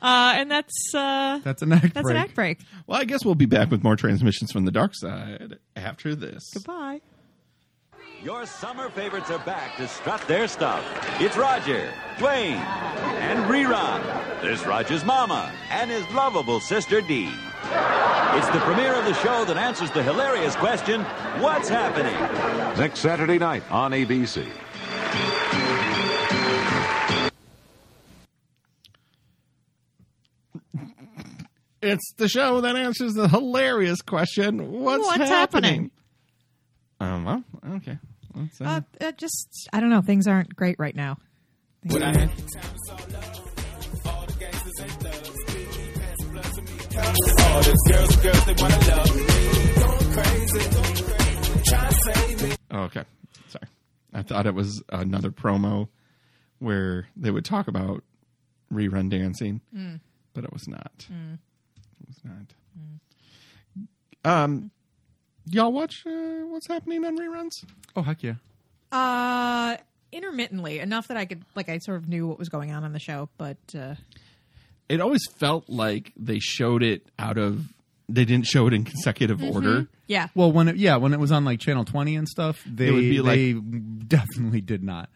Speaker 5: and that's uh,
Speaker 4: That's an act
Speaker 5: that's
Speaker 4: break.
Speaker 5: an act break.
Speaker 3: Well, I guess we'll be back with more transmissions from the dark side after this.
Speaker 5: Goodbye.
Speaker 6: Your summer favorites are back to strut their stuff. It's Roger, Dwayne, and Rerun. There's Roger's mama and his lovable sister Dee. It's the premiere of the show that answers the hilarious question, What's happening?
Speaker 7: Next Saturday night on ABC.
Speaker 3: It's the show that answers the hilarious question What's,
Speaker 5: What's happening?
Speaker 3: Um, well, okay. Let's, uh,
Speaker 5: Uh, uh, just I don't know. Things aren't great right now.
Speaker 3: what I have. Oh, okay. Sorry. I thought it was another promo where they would talk about rerun dancing,
Speaker 5: Mm.
Speaker 3: but it was not. It was not. Um, y'all watch uh, what's happening on reruns?
Speaker 4: Oh heck yeah!
Speaker 5: Uh, intermittently enough that I could like I sort of knew what was going on on the show, but uh,
Speaker 3: it always felt like they showed it out of they didn't show it in consecutive order.
Speaker 5: Mm-hmm. yeah.
Speaker 4: Well, when it, yeah, when it was on like Channel Twenty and stuff, they
Speaker 3: would be like-
Speaker 4: they definitely did not.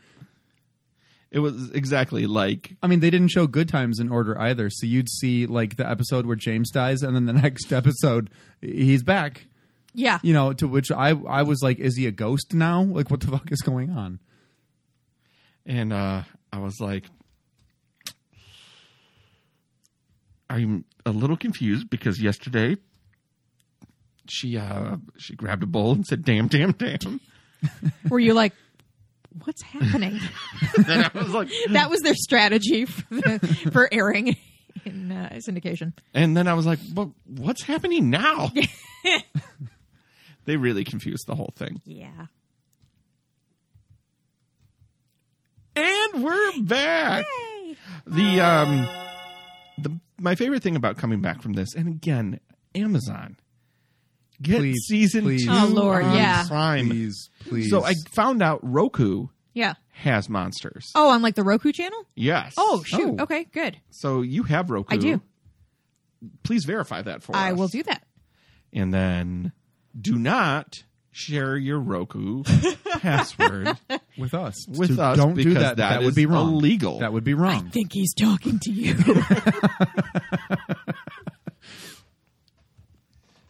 Speaker 3: It was exactly like
Speaker 4: I mean, they didn't show Good Times in order either. So you'd see like the episode where James dies, and then the next episode he's back.
Speaker 5: yeah,
Speaker 4: You know, to which I I was like, is he a ghost now? Like, what the fuck is going on?
Speaker 3: and uh I was like I'm a little confused because yesterday she uh she grabbed a bowl and said damn damn damn.
Speaker 5: Were you like, what's happening?
Speaker 3: And I was like
Speaker 5: that was their strategy for, the, for airing in uh, syndication.
Speaker 3: and then I was like but what's happening now? They really confused the whole thing.
Speaker 5: Yeah.
Speaker 3: And we're back.
Speaker 5: Hey.
Speaker 3: The um the my favorite thing about coming back from this, and again, Amazon. Get
Speaker 4: Please,
Speaker 3: season
Speaker 4: please.
Speaker 3: two
Speaker 5: Oh, Lord,
Speaker 3: on
Speaker 5: yeah.
Speaker 3: Prime.
Speaker 4: Please, please.
Speaker 3: So I found out Roku
Speaker 5: Yeah.
Speaker 3: has monsters.
Speaker 5: Oh, on like the Roku channel?
Speaker 3: Yes.
Speaker 5: Oh, shoot. Okay, good.
Speaker 3: So you have Roku.
Speaker 5: I do.
Speaker 3: Please verify that for us.
Speaker 5: I will do that.
Speaker 3: And then do not share your Roku password
Speaker 4: with us,
Speaker 3: with
Speaker 4: So
Speaker 3: us
Speaker 4: don't
Speaker 3: because
Speaker 4: do that.
Speaker 3: that
Speaker 4: would
Speaker 3: is
Speaker 4: be wrong.
Speaker 3: illegal.
Speaker 4: That would be wrong.
Speaker 5: think he's talking to you.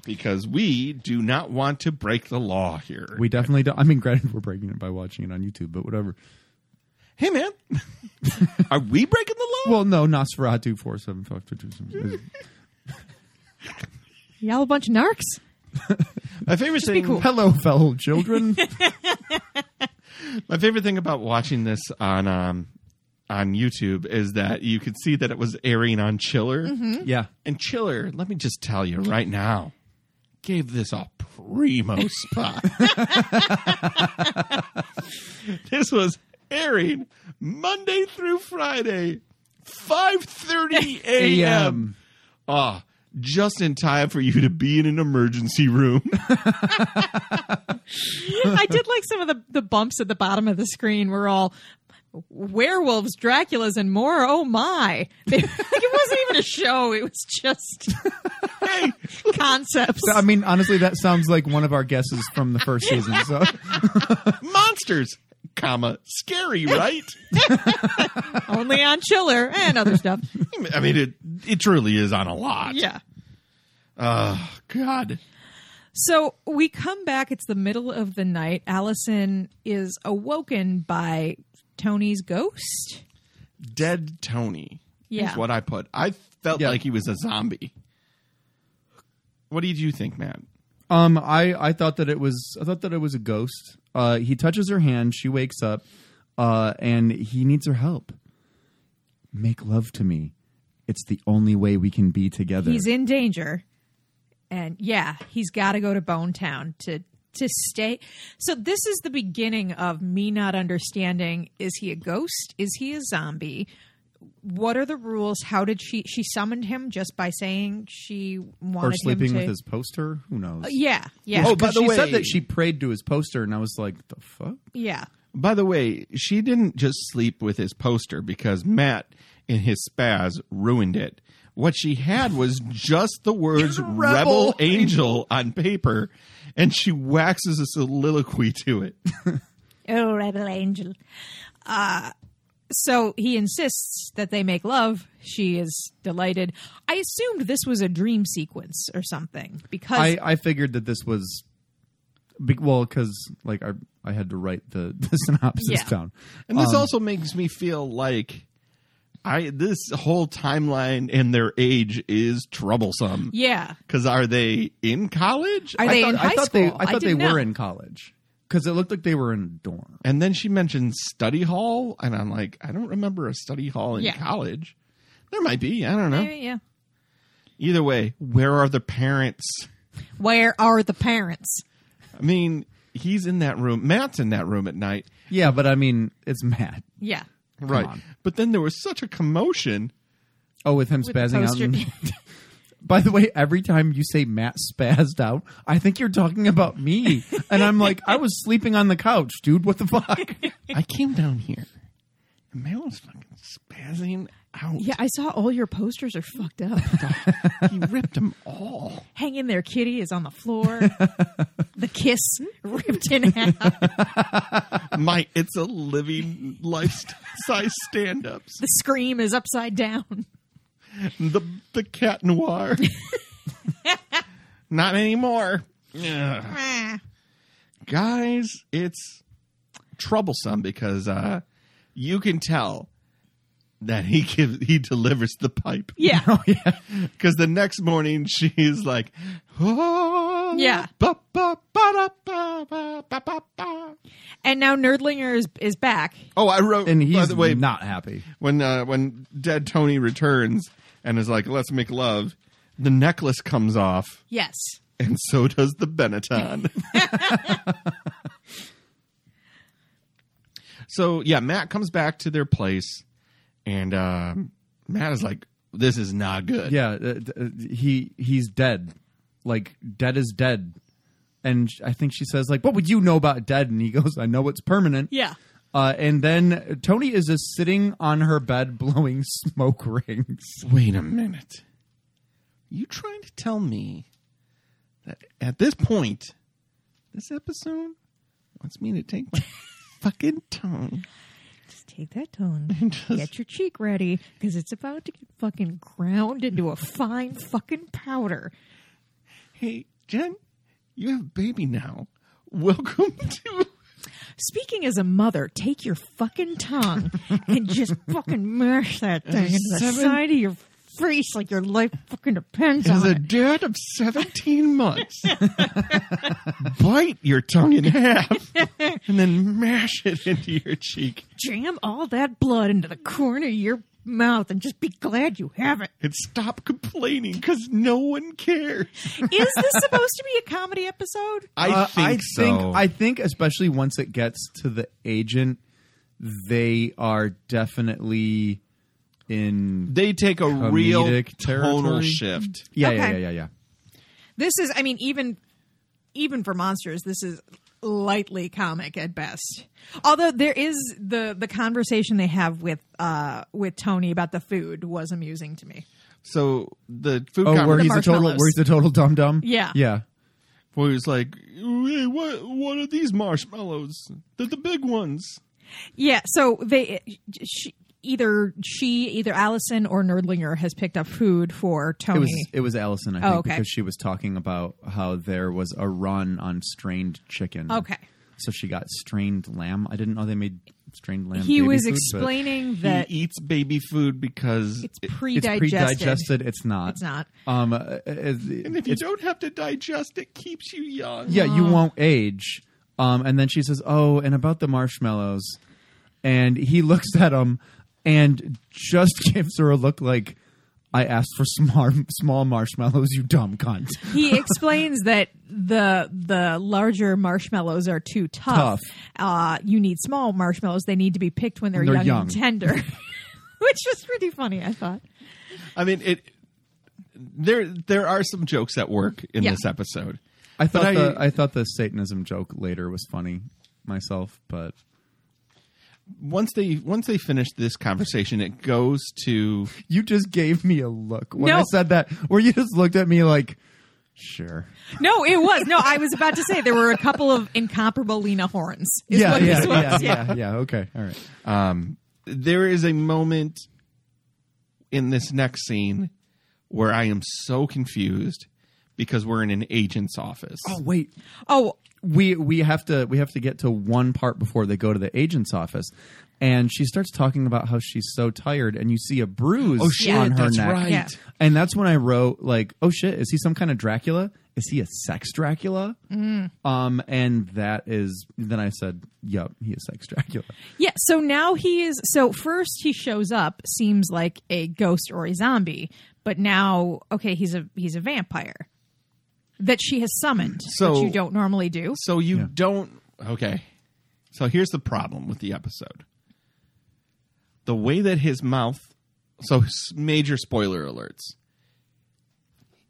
Speaker 3: because we do not want to break the law here.
Speaker 4: We definitely don't. I mean, granted, we're breaking it by watching it on YouTube, but whatever.
Speaker 3: hey, man, are we breaking the law?
Speaker 4: Well, no, Nosferatu four seven five two two seven.
Speaker 5: Y'all a bunch of narcs?
Speaker 3: my favorite thing.
Speaker 4: Hello, fellow children.
Speaker 3: My favorite thing about watching this on um, on YouTube is that you could see that it was airing on Chiller.
Speaker 5: Mm-hmm.
Speaker 4: yeah,
Speaker 3: And Chiller, let me just tell you right now, gave this a primo spot. this was airing Monday through Friday, 5:30 a.m. Ah, just in time for you to be in an emergency room.
Speaker 5: I did like some of the, the bumps at the bottom of the screen were all werewolves, Draculas, and more. Oh my. They, like, it wasn't even a show, it was just concepts.
Speaker 4: um, I mean, honestly, that sounds like one of our guesses from the first season. So
Speaker 3: Monsters, comma, scary, right?
Speaker 5: Only on Chiller and other stuff.
Speaker 3: I mean, it it truly is on a lot.
Speaker 5: Yeah.
Speaker 3: Oh God.
Speaker 5: So we come back. It's the middle of the night. Allison is awoken by Tony's ghost.
Speaker 3: dead Tony.
Speaker 5: Yeah.
Speaker 3: Is what I put. I felt
Speaker 4: Yeah.
Speaker 3: like he was a zombie. What did you think, Matt?
Speaker 4: Um, I I thought that it was I thought that it was a ghost. Uh, he touches her hand, she wakes up, uh, and he needs her help. Make love to me. It's the only way we can be together.
Speaker 5: He's in danger. And yeah, he's got to go to Bone Town to to stay. So this is the beginning of me not understanding is he a ghost? Is he a zombie? What are the rules? How did she she summoned him just by saying she wanted
Speaker 4: or sleeping
Speaker 5: him to
Speaker 4: with his poster. Who knows?
Speaker 5: Yeah, yeah.
Speaker 3: Oh, by
Speaker 4: she
Speaker 3: the way-
Speaker 4: said that she prayed to his poster, and I was like, the fuck.
Speaker 5: yeah.
Speaker 3: By the way, she didn't just sleep with his poster because Matt in his spaz ruined it. What she had was just the words Rebel, Angel on paper, and she waxes a soliloquy to it.
Speaker 5: Oh, rebel angel. Uh, so he insists that they make love. She is delighted. I assumed this was a dream sequence or something because
Speaker 4: I I figured that this was, be- well, because like I I had to write the the synopsis
Speaker 5: Yeah.
Speaker 4: down.
Speaker 3: And this also makes me feel like I this whole timeline and their age is troublesome.
Speaker 5: yeah,
Speaker 3: Because are they in college?
Speaker 5: Are
Speaker 4: I
Speaker 5: they
Speaker 4: thought,
Speaker 5: in high
Speaker 4: I thought
Speaker 5: school?
Speaker 4: they I thought they
Speaker 5: didn't know.
Speaker 4: were in college because it looked like they were in a dorm.
Speaker 3: and then she mentioned study hall, and I'm like, I don't remember a study hall in
Speaker 5: Yeah.
Speaker 3: college. There might be. I don't know.
Speaker 5: Yeah, yeah.
Speaker 3: Either way, where are the parents?
Speaker 5: Where are the parents?
Speaker 3: I mean, he's in that room. Matt's in that room at night.
Speaker 4: Yeah, but I mean, it's Matt.
Speaker 5: Yeah.
Speaker 3: right.
Speaker 4: on.
Speaker 3: But then there was such a commotion.
Speaker 4: Oh, with him
Speaker 5: With the
Speaker 4: spazzing out.
Speaker 5: poster.
Speaker 4: and- By the way, every time you say Matt spazzed out, I think you're talking about me, and I'm like, I was sleeping on the couch, dude. What the fuck?
Speaker 3: I came down here, and Matt was fucking spazzing out.
Speaker 5: Yeah, I saw all your posters are fucked up.
Speaker 3: He ripped them all.
Speaker 5: Hang in there, kitty is on the floor. the kiss ripped in half.
Speaker 3: My it's a living life size stand ups.
Speaker 5: The scream is upside down.
Speaker 3: The the cat noir. Not anymore. Ugh.
Speaker 5: Ah.
Speaker 3: Guys, it's troublesome because uh you can tell that he gives he delivers the pipe.
Speaker 5: Yeah.
Speaker 3: Because the next morning she's like, oh,
Speaker 5: Yeah.
Speaker 3: ba, ba, ba, da, ba, ba, ba, ba, ba."
Speaker 5: And now Nerdlinger is is back.
Speaker 3: Oh, I wrote.
Speaker 4: And he's
Speaker 3: by the way,
Speaker 4: not happy.
Speaker 3: when uh, when dead Tony returns and is like, "Let's make love," the necklace comes off,
Speaker 5: Yes.
Speaker 3: and so does the Benetton. so yeah, Matt comes back to their place, and uh, Matt is like, "This is not good."
Speaker 4: Yeah, uh, d- uh, he he's dead. Like dead is dead. And sh- I think she says like, "What would you know about dead?" And he goes, "I know it's permanent."
Speaker 5: Yeah.
Speaker 4: Uh, and then Tony is just sitting on her bed blowing smoke rings.
Speaker 3: Wait a minute. You trying to tell me that at this point, this episode wants me to take my fucking tongue?
Speaker 5: Just take that tone. Get your cheek ready because it's about to get fucking ground into a fine fucking powder.
Speaker 3: Hey, Jen, you have a baby now. Welcome to.
Speaker 5: Speaking as a mother, take your fucking tongue and just fucking mash that thing into the
Speaker 3: Seven-
Speaker 5: side of your face like your life fucking depends
Speaker 3: As
Speaker 5: on
Speaker 3: a
Speaker 5: it.
Speaker 3: dad of 17 months, bite your tongue in half and then mash it into your cheek.
Speaker 5: Jam all that blood into the corner of your mouth and just be glad you have it.
Speaker 3: And stop complaining because no one cares.
Speaker 5: Is this supposed to be a comedy episode?
Speaker 3: I
Speaker 4: Uh,
Speaker 3: think
Speaker 4: I
Speaker 3: so.
Speaker 4: Think, I think especially once it gets to the agent, they are definitely in.
Speaker 3: they take a real
Speaker 4: Comedic
Speaker 3: tonal
Speaker 4: territory?
Speaker 3: shift.
Speaker 4: Yeah, yeah,
Speaker 5: Okay.
Speaker 4: yeah, yeah, yeah.
Speaker 5: This is, I mean, even even for monsters, this is lightly comic at best. Although there is the the conversation they have with uh with Tony about the food was amusing to me.
Speaker 3: So the food
Speaker 4: Oh, where
Speaker 3: conversation
Speaker 4: he's a total,
Speaker 5: marshmallows.
Speaker 4: where he's a total dum dum.
Speaker 5: Yeah.
Speaker 4: yeah.
Speaker 3: where he's like, hey, "What? What are these marshmallows? They're the big ones."
Speaker 5: Yeah, so they she, either she either Allison or Nerdlinger has picked up food for
Speaker 4: It
Speaker 5: Tony.
Speaker 4: was it was Allison, I
Speaker 5: Oh,
Speaker 4: think,
Speaker 5: okay.
Speaker 4: because she was talking about how there was a run on strained chicken.
Speaker 5: Okay.
Speaker 4: so she got strained lamb. I didn't know they made strained lamb.
Speaker 5: he
Speaker 4: baby
Speaker 5: was
Speaker 4: food, but e-,
Speaker 5: explaining that
Speaker 3: he eats baby food because,
Speaker 5: it's pre
Speaker 4: It's
Speaker 5: digested.
Speaker 4: pre-digested. It's not.
Speaker 5: It's not.
Speaker 4: Um, uh, uh, uh,
Speaker 3: and if you don't have to digest, it keeps you young.
Speaker 4: yeah, you won't age. Um, and then she says, "Oh, and about the marshmallows," and he looks at them and just gives her a look like, "I asked for small small marshmallows, you dumb cunt."
Speaker 5: he explains that the the larger marshmallows are too tough.
Speaker 4: Tough.
Speaker 5: Uh, you need small marshmallows. They need to be picked when they're,
Speaker 4: They're
Speaker 5: young,
Speaker 4: young.
Speaker 5: and tender, which was pretty funny. I thought.
Speaker 3: I mean, it. There, there are some jokes at work in
Speaker 5: Yeah.
Speaker 3: this episode.
Speaker 4: I thought
Speaker 3: I-
Speaker 4: the, I thought the Satanism joke later was funny myself, but
Speaker 3: Once they, once they finish this conversation, it goes to
Speaker 4: you just gave me a look when I
Speaker 5: No.
Speaker 4: said that, where you just looked at me like, sure,
Speaker 5: No, it was no. I was about to say there were a couple of incomparable Lena Horns. Is
Speaker 4: yeah,
Speaker 5: what
Speaker 4: yeah,
Speaker 5: this was.
Speaker 4: yeah, yeah, yeah, okay, all right,
Speaker 3: there is a moment in this next scene where I am so confused because we're in an agent's office.
Speaker 4: oh wait,
Speaker 5: Oh,
Speaker 4: we we have to we have to get to one part before they go to the agent's office, and she starts talking about how she's so tired, and you see a bruise
Speaker 3: Oh, shit,
Speaker 4: on her
Speaker 3: that's
Speaker 4: neck,
Speaker 3: right.
Speaker 5: Yeah.
Speaker 4: and that's when I wrote like, oh shit, is he some kind of Dracula? Is he a sex Dracula?
Speaker 5: Mm.
Speaker 4: Um, and that is then I said, yep, he is sex Dracula.
Speaker 5: Yeah, so now he is. So first he shows up, seems like a ghost or a zombie, but now okay, he's a he's a vampire that she has summoned,
Speaker 3: So-
Speaker 5: which you don't normally do.
Speaker 3: So you don't. Okay. So here's the problem with the episode the way that his mouth. So, s- major spoiler alerts.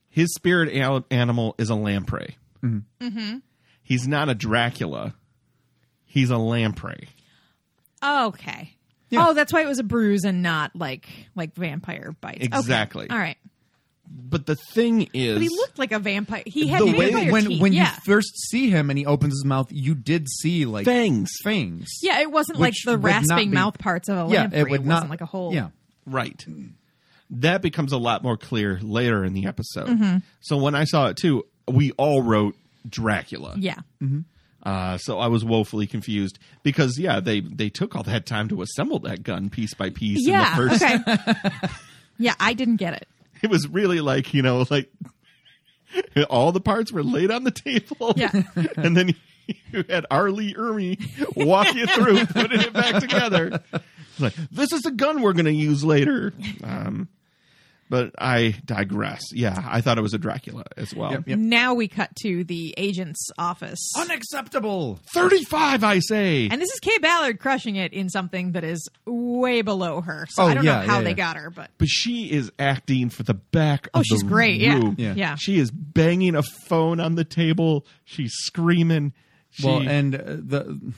Speaker 3: His spirit al- animal is a lamprey. Mm-hmm. He's not a Dracula. He's a lamprey.
Speaker 5: Okay. Oh, that's why it was a bruise and not like like vampire bites. Okay.
Speaker 3: Exactly.
Speaker 5: All right.
Speaker 3: But the thing is.
Speaker 5: But he looked like a vampire. He had
Speaker 3: The way-
Speaker 5: vampire
Speaker 4: when
Speaker 5: teeth.
Speaker 4: when
Speaker 5: yeah.
Speaker 4: you first see him and he opens his mouth, you did see like
Speaker 3: Fangs.
Speaker 4: fangs.
Speaker 5: yeah, it wasn't like
Speaker 4: which
Speaker 5: the
Speaker 4: would not
Speaker 5: rasping
Speaker 4: be-
Speaker 5: mouth parts of a
Speaker 4: yeah,
Speaker 5: lamprey.
Speaker 4: it would
Speaker 5: wasn't
Speaker 4: not
Speaker 5: like a whole.
Speaker 4: Yeah,
Speaker 3: Right. That becomes a lot more clear later in the episode.
Speaker 5: Mm-hmm.
Speaker 3: So when I saw it too, we all wrote Dracula.
Speaker 5: Yeah.
Speaker 3: Uh, so I was woefully confused because yeah, they they took all that time to assemble that gun piece by piece.
Speaker 5: Yeah.
Speaker 3: In the first,
Speaker 5: Okay. yeah, I didn't get it.
Speaker 3: It was really like you know like all the parts were laid on the table.
Speaker 5: Yeah.
Speaker 3: and then you had Arlie Ermy walk you through putting it back together. It's like this is the gun we're going to use later. Um, But I digress. Yeah, I thought it was a Dracula as well.
Speaker 5: Now we cut to the agent's office.
Speaker 4: Oh, Unacceptable.
Speaker 3: 35, I say.
Speaker 5: and this is Kay Ballard crushing it in something that is way below her. So
Speaker 4: Oh,
Speaker 5: I don't
Speaker 4: yeah,
Speaker 5: know how
Speaker 4: yeah,
Speaker 5: they
Speaker 4: yeah.
Speaker 5: got her, but
Speaker 3: but she is acting for the back
Speaker 5: oh,
Speaker 3: of
Speaker 5: she's
Speaker 3: the
Speaker 5: great. Yeah.
Speaker 3: room.
Speaker 5: yeah,
Speaker 4: Yeah.
Speaker 3: She is banging a phone on the table. She's screaming. She,
Speaker 4: well, and uh, the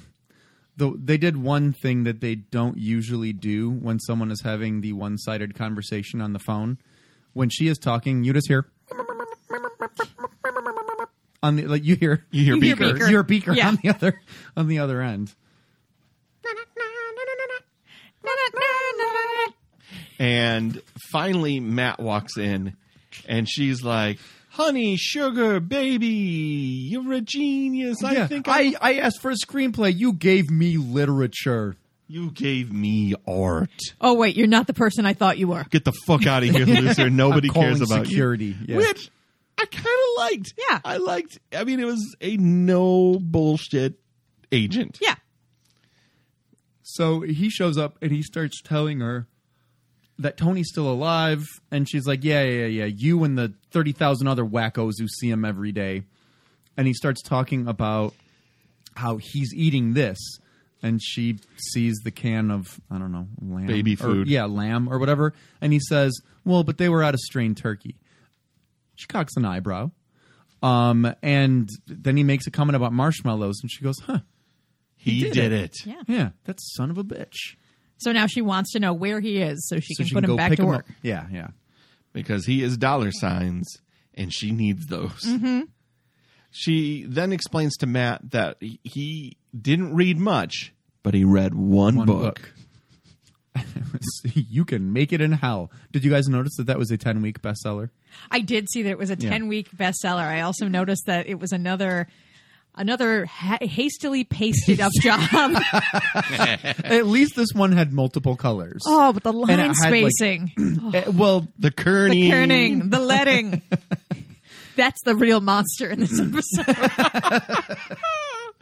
Speaker 4: the they did one thing that they don't usually do when someone is having the one-sided conversation on the phone. When she is talking, you just hear on the like you hear
Speaker 3: you hear
Speaker 5: You hear
Speaker 3: Beaker.
Speaker 5: Beaker.
Speaker 4: your beaker
Speaker 5: Yeah.
Speaker 4: on the other on the other end.
Speaker 3: And finally, Matt walks in and she's like, Honey, sugar, baby, you're a genius. I
Speaker 4: yeah,
Speaker 3: think I,
Speaker 4: I, I asked for a screenplay. You gave me literature.
Speaker 3: you gave me art.
Speaker 5: Oh wait, you're not the person I thought you were.
Speaker 3: Get the fuck out of here, loser. Nobody
Speaker 4: I'm
Speaker 3: cares
Speaker 4: calling
Speaker 3: about you.
Speaker 4: security. Yeah.
Speaker 3: which I kind of liked.
Speaker 5: Yeah.
Speaker 3: I liked. I mean, it was a no bullshit agent.
Speaker 5: Yeah.
Speaker 4: So he shows up and he starts telling her that Tony's still alive, and she's like, "Yeah, yeah, yeah. You and the thirty thousand other wackos who see him every day." And he starts talking about how he's eating this, and she sees the can of I don't know lamb,
Speaker 3: Baby
Speaker 4: or-
Speaker 3: food.
Speaker 4: yeah, lamb or whatever. And he says, "Well, but they were out of strained turkey." She cocks an eyebrow, um, and then he makes a comment about marshmallows, and she goes, "Huh."
Speaker 3: he did,
Speaker 4: did
Speaker 3: it.
Speaker 5: Yeah.
Speaker 4: Yeah, that son of a bitch.
Speaker 5: So now she wants to know where he is so she
Speaker 4: So
Speaker 5: can
Speaker 4: she
Speaker 5: put
Speaker 4: can go
Speaker 5: him back
Speaker 4: pick
Speaker 5: to
Speaker 4: him
Speaker 5: work.
Speaker 4: up. Yeah, yeah.
Speaker 3: because he is dollar signs and she needs those.
Speaker 5: Mm-hmm.
Speaker 3: She then explains to Matt that he didn't read much, but he read one,
Speaker 4: One
Speaker 3: book.
Speaker 4: book. you can make it in hell. Did you guys notice that that was a 10 week bestseller?
Speaker 5: I did see that it was a
Speaker 4: Yeah.
Speaker 5: 10 week bestseller. I also noticed that it was another another ha- hastily pasted up job.
Speaker 4: At least this one had multiple colors.
Speaker 5: oh, but the
Speaker 4: it
Speaker 5: line
Speaker 4: had, like,
Speaker 5: spacing,
Speaker 4: Eh, well,
Speaker 3: The
Speaker 5: the
Speaker 3: kerning.
Speaker 5: kerning, the letting. That's the real monster in this episode.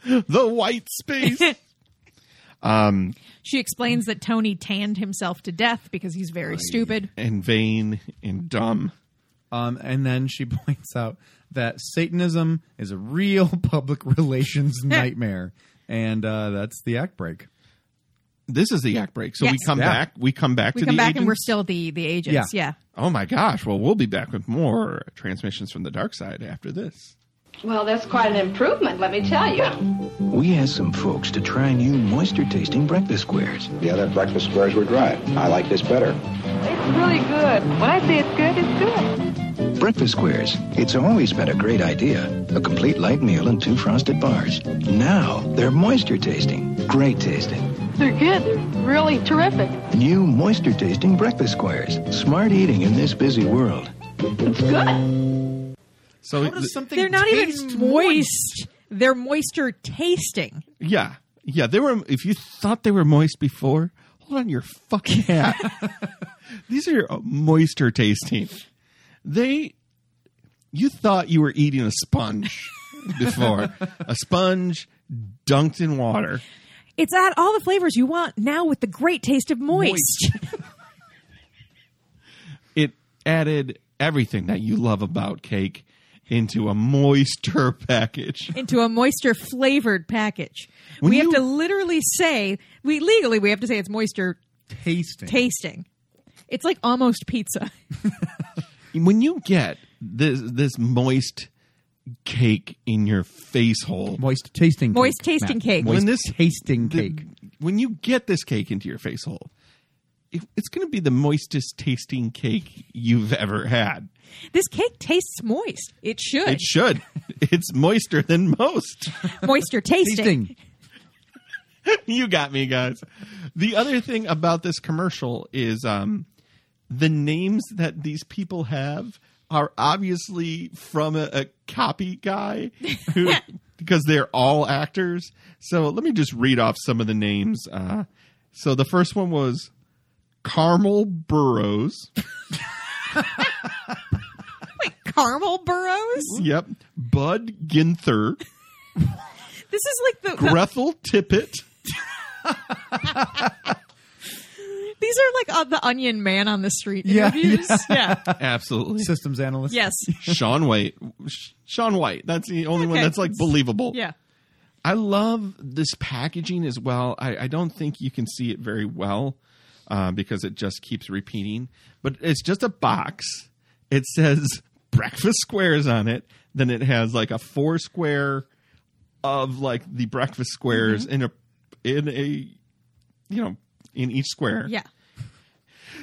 Speaker 3: the white space.
Speaker 5: she explains that Tony tanned himself to death because he's very stupid.
Speaker 3: and vain and dumb.
Speaker 4: um, and then she points out that Satanism is a real public relations nightmare. And uh, that's the act break.
Speaker 3: This is the act break. So we
Speaker 5: Yes.
Speaker 3: come
Speaker 4: Yeah.
Speaker 3: back. We come back
Speaker 5: We
Speaker 3: to
Speaker 5: come
Speaker 3: the
Speaker 5: back and we're
Speaker 3: agents.
Speaker 5: still the the agents. Yeah.
Speaker 3: Oh my gosh. Well, we'll be back with more transmissions from the dark side after this.
Speaker 8: Well, that's quite an improvement, let me tell you.
Speaker 9: We asked some folks to try new moisture tasting breakfast squares.
Speaker 10: The other breakfast squares were dry. I like this better.
Speaker 8: It's really good. When I say it's good, it's good.
Speaker 9: Breakfast squares. It's always been a great idea. A complete light meal and two frosted bars. Now they're moisture tasting. Great tasting.
Speaker 8: They're good. They're really terrific.
Speaker 9: New moisture tasting breakfast squares. Smart eating in this busy world.
Speaker 8: It's good.
Speaker 3: So th-
Speaker 4: something
Speaker 5: They're not even moist. They're moisture tasting.
Speaker 3: yeah, yeah, they were. If you thought they were moist before, hold on to your fucking hat. These are uh, moisture tasting. They, you thought you were eating a sponge before, a sponge dunked in water.
Speaker 5: It's at all the flavors you want now with the great taste of moist.
Speaker 3: It added everything that you love about cake into a moisture package.
Speaker 5: into a moisture flavored package.
Speaker 3: When
Speaker 5: we have
Speaker 3: you-
Speaker 5: to literally say we legally we have to say it's moisture
Speaker 4: tasting.
Speaker 5: tasting. It's like almost pizza.
Speaker 3: when you get this this moist cake in your face hole
Speaker 4: moist tasting
Speaker 5: Moist
Speaker 4: cake,
Speaker 5: tasting
Speaker 4: Matt.
Speaker 5: cake.
Speaker 4: Moist
Speaker 3: When this-
Speaker 4: tasting
Speaker 3: the-
Speaker 4: cake.
Speaker 3: when you get this cake into your face hole it, it's going to be the moistest tasting cake you've ever had
Speaker 5: This cake tastes moist. It should.
Speaker 3: it should it's moister than most
Speaker 5: moisture tasting.
Speaker 4: Tasting.
Speaker 3: you got me guys the other thing about this commercial is um the names that these people have are obviously from a, a copy guy who because they're all actors so let me just read off some of the names uh so the first one was carmel burrows
Speaker 5: Caramel burrows?
Speaker 3: yep bud ginther
Speaker 5: This is like the, the
Speaker 3: grethel tippett
Speaker 5: These are like uh, the Onion Man on the street
Speaker 4: Yeah,
Speaker 5: interviews. Yeah.
Speaker 3: Absolutely.
Speaker 4: Systems analyst.
Speaker 5: Yes.
Speaker 3: Sean White. Sean White. That's the only one
Speaker 5: Okay.
Speaker 3: that's like believable.
Speaker 5: Yeah.
Speaker 3: I love this packaging as well. I, I don't think you can see it very well uh, because it just keeps repeating, but it's just a box. It says breakfast squares on it. Then it has like a four square of like the breakfast squares in a in a you know in each square.
Speaker 5: Yeah.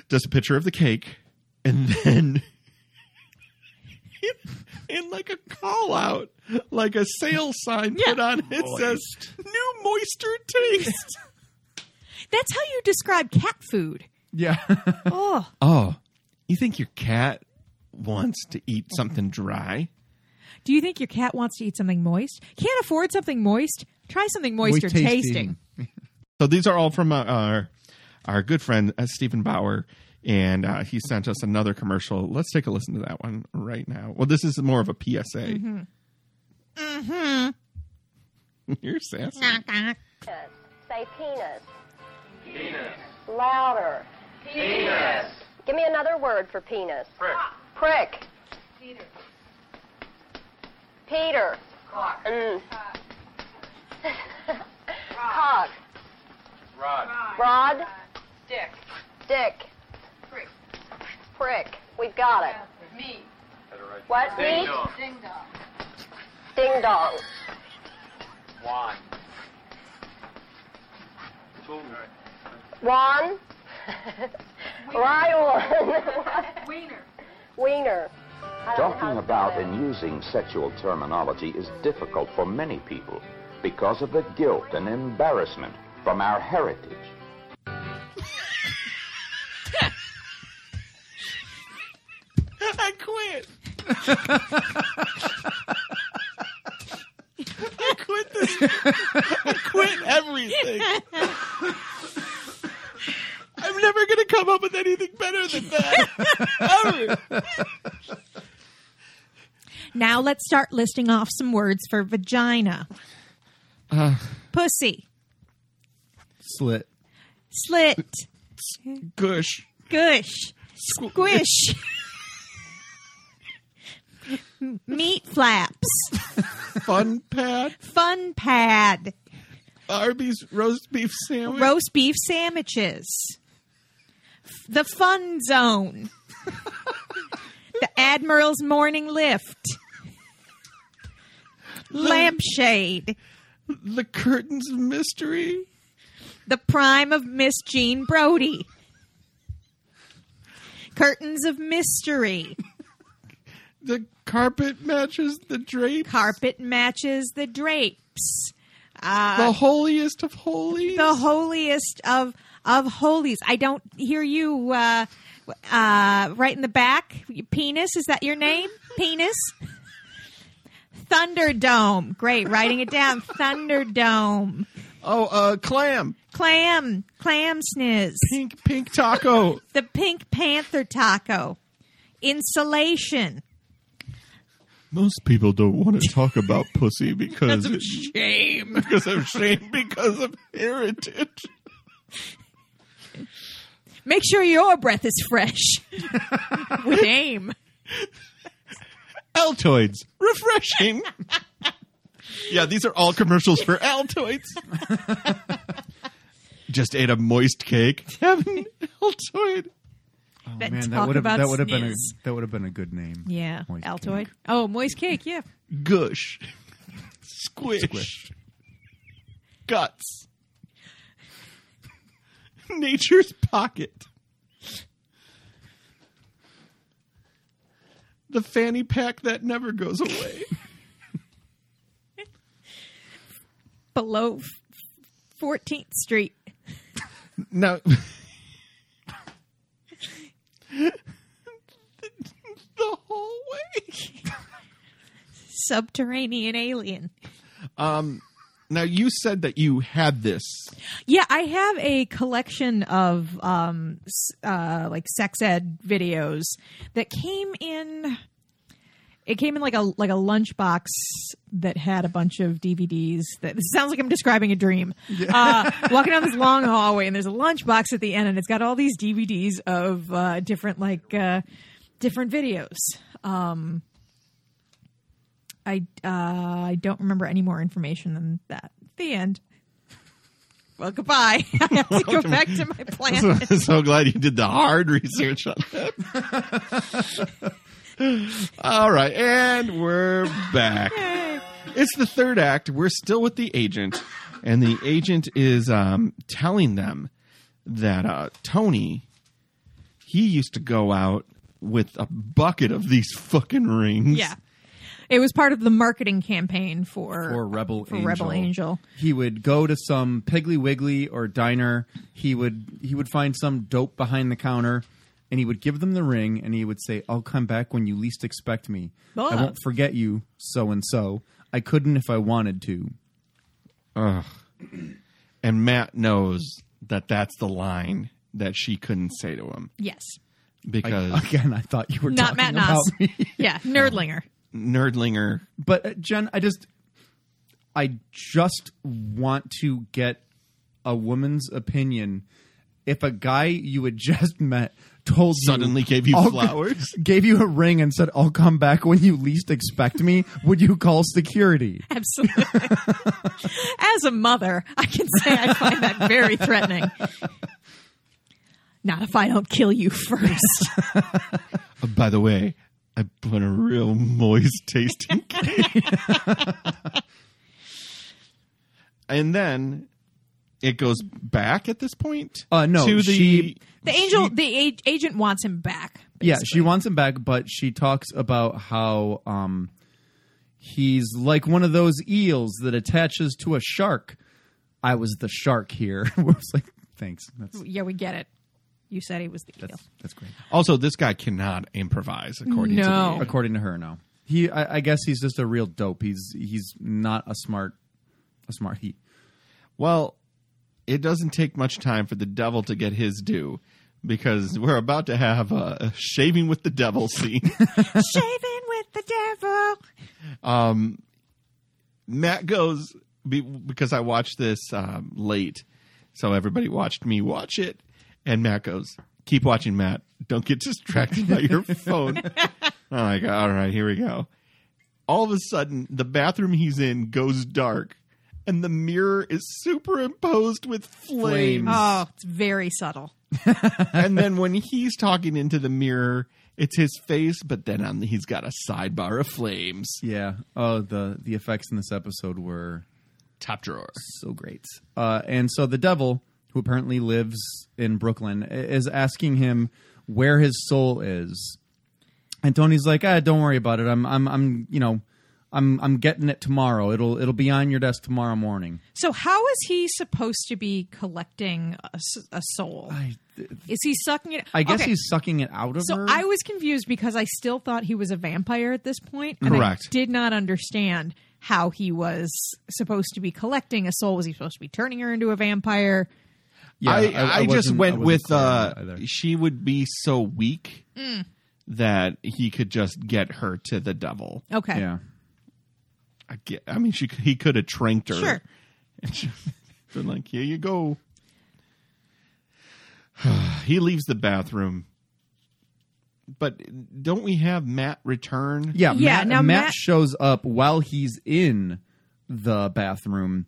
Speaker 3: Just a picture of the cake, and then. in like a call out, like a sale sign put
Speaker 5: Yeah.
Speaker 3: on it says "New Moisture Taste."
Speaker 5: That's how you describe cat food.
Speaker 4: Yeah.
Speaker 5: Oh.
Speaker 3: oh, you think your cat wants to eat something dry?
Speaker 5: Do you think your cat wants to eat something moist? Can't afford something moist? Try something moist
Speaker 4: We're
Speaker 5: or tasting.
Speaker 3: So these are all from uh, our our good friend uh, Stephen Bauer, and uh, he sent us another commercial. Let's take a listen to that one right now. Well, this is more of a PSA. Mm-hmm. You're sassy.
Speaker 11: Say penis. Penis. Louder. Penis. Give me another word for penis. Prick. Prick. Peter. Peter. Cock. Mm. Cock. Rod. Rod. Dick. Dick. Prick. Prick. We've got it. Meat. What? Meat? Ding dong. Ding dong. Ron. Ryan. Wiener. Wiener. I don't know how
Speaker 10: Talking
Speaker 11: to
Speaker 10: about
Speaker 11: spell it.
Speaker 10: and using sexual terminology is difficult for many people because of the guilt and embarrassment from our heritage.
Speaker 3: I quit. I quit this. I quit everything. I'm never going to come up with anything better than that. Ever.
Speaker 5: Now let's start listing off some words for vagina. Pussy.
Speaker 4: Slit.
Speaker 5: Slit.
Speaker 3: Gush.
Speaker 5: Gush. Squish. M- Meat flaps.
Speaker 3: Fun pad.
Speaker 5: Fun pad.
Speaker 3: Arby's roast beef sandwich.
Speaker 5: Roast beef sandwiches. F- The fun zone. The Admiral's morning lift. Lampshade.
Speaker 3: the curtains of mystery.
Speaker 5: The prime of Miss Jean Brody. Curtains of mystery.
Speaker 3: The carpet matches the drape.
Speaker 5: Carpet matches the drapes.
Speaker 3: the holiest of holies.
Speaker 5: The holiest of of holies. I don't hear you uh, uh, right in the back. Penis, is that your name? Penis? Thunderdome. Great, writing it down. Thunderdome.
Speaker 3: oh, uh, clam.
Speaker 5: Clam. Clam sniz.
Speaker 3: Pink, pink taco.
Speaker 5: The Pink Panther taco. Insulation.
Speaker 3: Most people don't want to talk about pussy because
Speaker 5: That's a
Speaker 3: shame. Because of shame, because of heritage.
Speaker 5: Make sure your breath is fresh. With aim.
Speaker 3: Altoids, refreshing. yeah, these are all commercials for Altoids. Just ate a moist cake. Have an Altoid.
Speaker 4: Oh,
Speaker 5: But
Speaker 4: man,
Speaker 5: talk
Speaker 4: that would have
Speaker 5: about
Speaker 4: that would have been a
Speaker 5: sniz.
Speaker 4: that would have been a good name.
Speaker 5: Yeah.
Speaker 4: Moist
Speaker 5: Altoid.
Speaker 4: cake.
Speaker 5: Oh, moist cake, yeah.
Speaker 3: Gush. Squish.
Speaker 4: Squish.
Speaker 3: Guts. Nature's pocket. The fanny pack that never goes away.
Speaker 5: Below f- 14th Street.
Speaker 3: now, the hallway.
Speaker 5: Subterranean alien.
Speaker 3: Now you said that you had this.
Speaker 5: Yeah, I have a collection of um s- uh like sex ed videos that came in It came in like a like a lunchbox that had a bunch of DVDs. That this sounds like I'm describing a dream. Uh, walking down this long hallway, and there's a lunchbox at the end, and it's got all these DVDs of uh, different like uh, different videos. Um, I uh, I don't remember any more information than that. The end. Well, goodbye. I have to go back to my
Speaker 3: So,
Speaker 5: planet.
Speaker 3: so glad you did the hard research on that. All right, and we're back. It's the third act. We're still with the agent, and the agent is um, telling them that uh, Tony, he used to go out with a bucket of these fucking rings.
Speaker 5: Yeah. It was part of the marketing campaign for
Speaker 4: or Rebel
Speaker 5: for
Speaker 4: Angel.
Speaker 5: Rebel Angel.
Speaker 4: He would go to some Piggly Wiggly or diner. He would he would find some dope behind the counter, and he would give them the ring, and he would say, "I'll come back when you least expect me.
Speaker 5: Ah.
Speaker 4: I won't forget you, so and so. I couldn't if I wanted to."
Speaker 3: Ugh. And Matt knows that that's the line that she couldn't say to him
Speaker 5: Yes.
Speaker 3: because
Speaker 4: I- again, I thought you were
Speaker 5: Not Matt
Speaker 4: talking
Speaker 5: Noss.
Speaker 4: about me.
Speaker 5: yeah, Nerdlinger.
Speaker 3: Nerdlinger
Speaker 4: But uh, Jen, I just I just want to get a woman's opinion. If a guy you had just met told
Speaker 3: Suddenly
Speaker 4: you,
Speaker 3: gave you
Speaker 4: "I'll-
Speaker 3: flowers?"
Speaker 4: gave you a ring, and said, "I'll come back when you least expect me," would you call security?
Speaker 5: Absolutely. As a mother, I can say I find that very threatening. Not if I don't kill you first.
Speaker 3: Uh, By the way, I put a real moist tasting cake. and then it goes back at this point.
Speaker 4: Uh, no,
Speaker 3: to the
Speaker 4: she-
Speaker 5: The angel, the a- agent wants him back.
Speaker 4: Yeah, she wants him back, but she talks about how um, he's like one of those eels that attaches to a shark. I was the shark here. I was like, thanks. That's
Speaker 5: Yeah, we get it. You said he was the eel.
Speaker 4: that's great.
Speaker 3: also this guy cannot improvise according to
Speaker 5: No.
Speaker 3: the
Speaker 4: According to her, no. He, I, I guess he's just a real dope. He's he's not a smart, a smart he.
Speaker 3: Well, it doesn't take much time for the devil to get his due because we're about to have a, a shaving with the devil scene.
Speaker 5: Shaving with the devil.
Speaker 3: Matt goes be, because I watched this um, late, so everybody watched me watch it, and Matt goes, "Keep watching, Matt. Don't get distracted by your phone." I'm like, "All right, here we go." All of a sudden, the bathroom he's in goes dark, and the mirror is superimposed with flames.
Speaker 5: Oh, it's very subtle.
Speaker 3: and then when he's talking into the mirror, it's his face, but then on he's got a sidebar of flames.
Speaker 4: Yeah. Oh, the the effects in this episode were
Speaker 3: Top drawer.
Speaker 4: so great. Uh, and so the devil, who apparently lives in Brooklyn, i- is asking him where his soul is. And Tony's like, "Ah, don't worry about it. I'm, I'm, I'm, you know, I'm, I'm getting it tomorrow. It'll, it'll be on your desk tomorrow morning."
Speaker 5: So, how is he supposed to be collecting a, s- a soul? is he sucking it?
Speaker 4: I guess
Speaker 5: Okay,
Speaker 4: he's sucking it out of
Speaker 5: So
Speaker 4: her.
Speaker 5: I was confused because I still thought he was a vampire at this point, and I
Speaker 3: Correct.
Speaker 5: did not understand how he was supposed to be collecting a soul. Was he supposed to be turning her into a vampire?
Speaker 4: Yeah,
Speaker 3: I,
Speaker 4: I- I
Speaker 3: I, just
Speaker 4: wasn't- I
Speaker 3: went
Speaker 4: wasn't
Speaker 3: with
Speaker 4: clear on
Speaker 3: uh,
Speaker 4: that either.
Speaker 3: she would be so weak that he could just get her to the devil.
Speaker 5: Okay,
Speaker 4: yeah.
Speaker 3: I, get, I mean, she c- he could have tranked her.
Speaker 5: Sure.
Speaker 3: And she, been like, here you go. he leaves the bathroom. But don't we have Matt return?
Speaker 4: Yeah,
Speaker 5: Yeah,
Speaker 4: Matt,
Speaker 5: now
Speaker 4: Matt
Speaker 5: Matt-
Speaker 4: shows up while he's in the bathroom,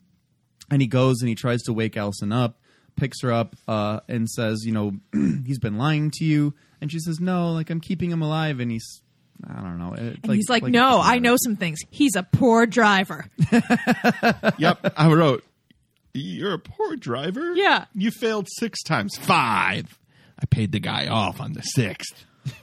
Speaker 4: and he goes and he tries to wake Allison up, picks her up, uh, and says, "You know, he's been lying to you." And she says, "No, like I'm keeping him alive." And he's, I don't know. It,
Speaker 5: And he's like, "No, I know some things. He's a poor driver."
Speaker 3: Yep. I wrote, you're a poor driver.
Speaker 5: Yeah.
Speaker 3: You failed six times. Five. I paid the guy off on the sixth.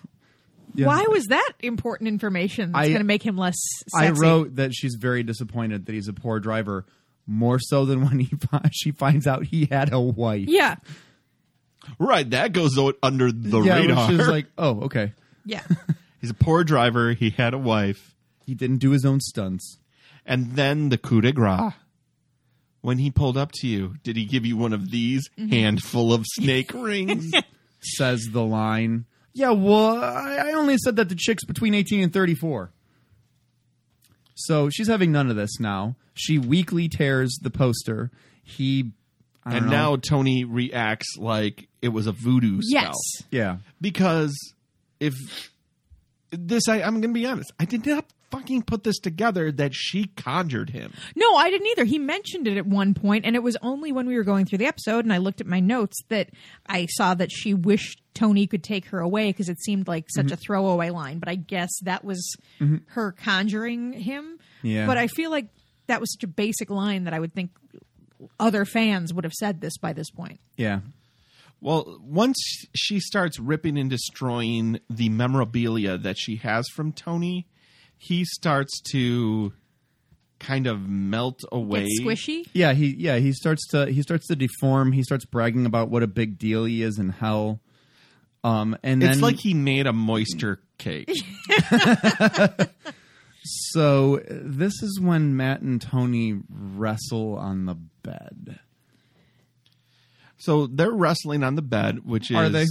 Speaker 4: Yeah.
Speaker 5: Why was that important information that's
Speaker 4: I-
Speaker 5: going to make him less sexy?
Speaker 4: I wrote that she's very disappointed that he's a poor driver, more so than when he fi- she finds out he had a wife.
Speaker 5: Yeah,
Speaker 3: Right. That goes o- under the
Speaker 4: yeah
Speaker 3: radar.
Speaker 4: which is like, oh, okay,
Speaker 5: yeah.
Speaker 3: He's a poor driver. He had a wife.
Speaker 4: he didn't do his own stunts.
Speaker 3: And then the coup de grace. When he pulled up to you, did he give you one of these
Speaker 4: Mm-hmm.
Speaker 3: handful of snake rings?
Speaker 4: says the line. Yeah, well, I, I only said that to chicks between 18 and 34. So she's having none of this now. She weekly tears the poster. He I don't
Speaker 3: and
Speaker 4: know.
Speaker 3: now Tony reacts like it was a voodoo spell.
Speaker 5: Yes.
Speaker 4: yeah,
Speaker 3: Because if this, I, I'm going to be honest, I did not fucking put this together that she conjured him.
Speaker 5: No, I didn't either. He mentioned it at one point, and it was only when we were going through the episode and I looked at my notes that I saw that she wished Tony could take her away because it seemed like such a throwaway line. But I guess that was her conjuring him.
Speaker 4: Yeah.
Speaker 5: But I feel like that was such a basic line that I would think other fans would have said this by this point.
Speaker 4: yeah.
Speaker 3: Well, once she starts ripping and destroying the memorabilia that she has from Tony, he starts to kind of melt away.
Speaker 5: Get squishy.
Speaker 4: Yeah, he yeah, he starts to he starts to deform. He starts bragging about what a big deal he is in hell. Um and
Speaker 3: It's
Speaker 4: then
Speaker 3: like he made a moisture cake.
Speaker 4: so uh, this is when Matt and Tony wrestle on the bed.
Speaker 3: so they're wrestling on the bed, which is
Speaker 4: Are they?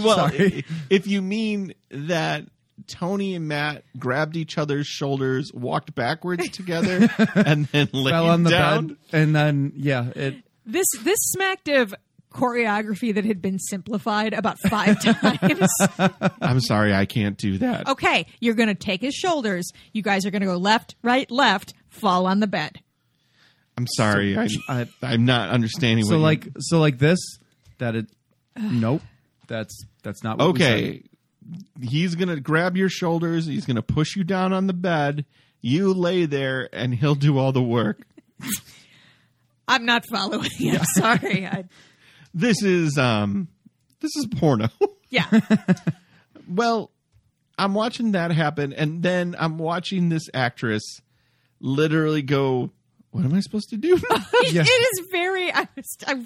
Speaker 3: Well,
Speaker 4: Sorry.
Speaker 3: i- if you mean that Tony and Matt grabbed each other's shoulders, walked backwards together, and then laid
Speaker 4: Fell on the
Speaker 3: down.
Speaker 4: bed and then yeah, it
Speaker 5: This this smacked of choreography that had been simplified about five times.
Speaker 3: I'm sorry, I can't do
Speaker 4: Oh,
Speaker 3: that.
Speaker 5: okay, you're going to take his shoulders. You guys are going to go left, right, left, fall on the bed.
Speaker 3: I'm sorry, I,
Speaker 4: I-
Speaker 3: I, am not understanding.
Speaker 4: so
Speaker 3: what
Speaker 4: like
Speaker 3: you-
Speaker 4: so like this that it nope. That's that's not what we said.
Speaker 3: okay, he's gonna grab your shoulders. He's gonna push you down on the bed. You lay there, and he'll do all the work.
Speaker 5: I'm not following. I'm sorry. I,
Speaker 3: This is um, this is porno.
Speaker 5: yeah.
Speaker 3: well, I'm watching that happen, and then I'm watching this actress literally go, "What am I supposed to do?" now?"
Speaker 4: Yeah.
Speaker 5: It is very. I, was- I,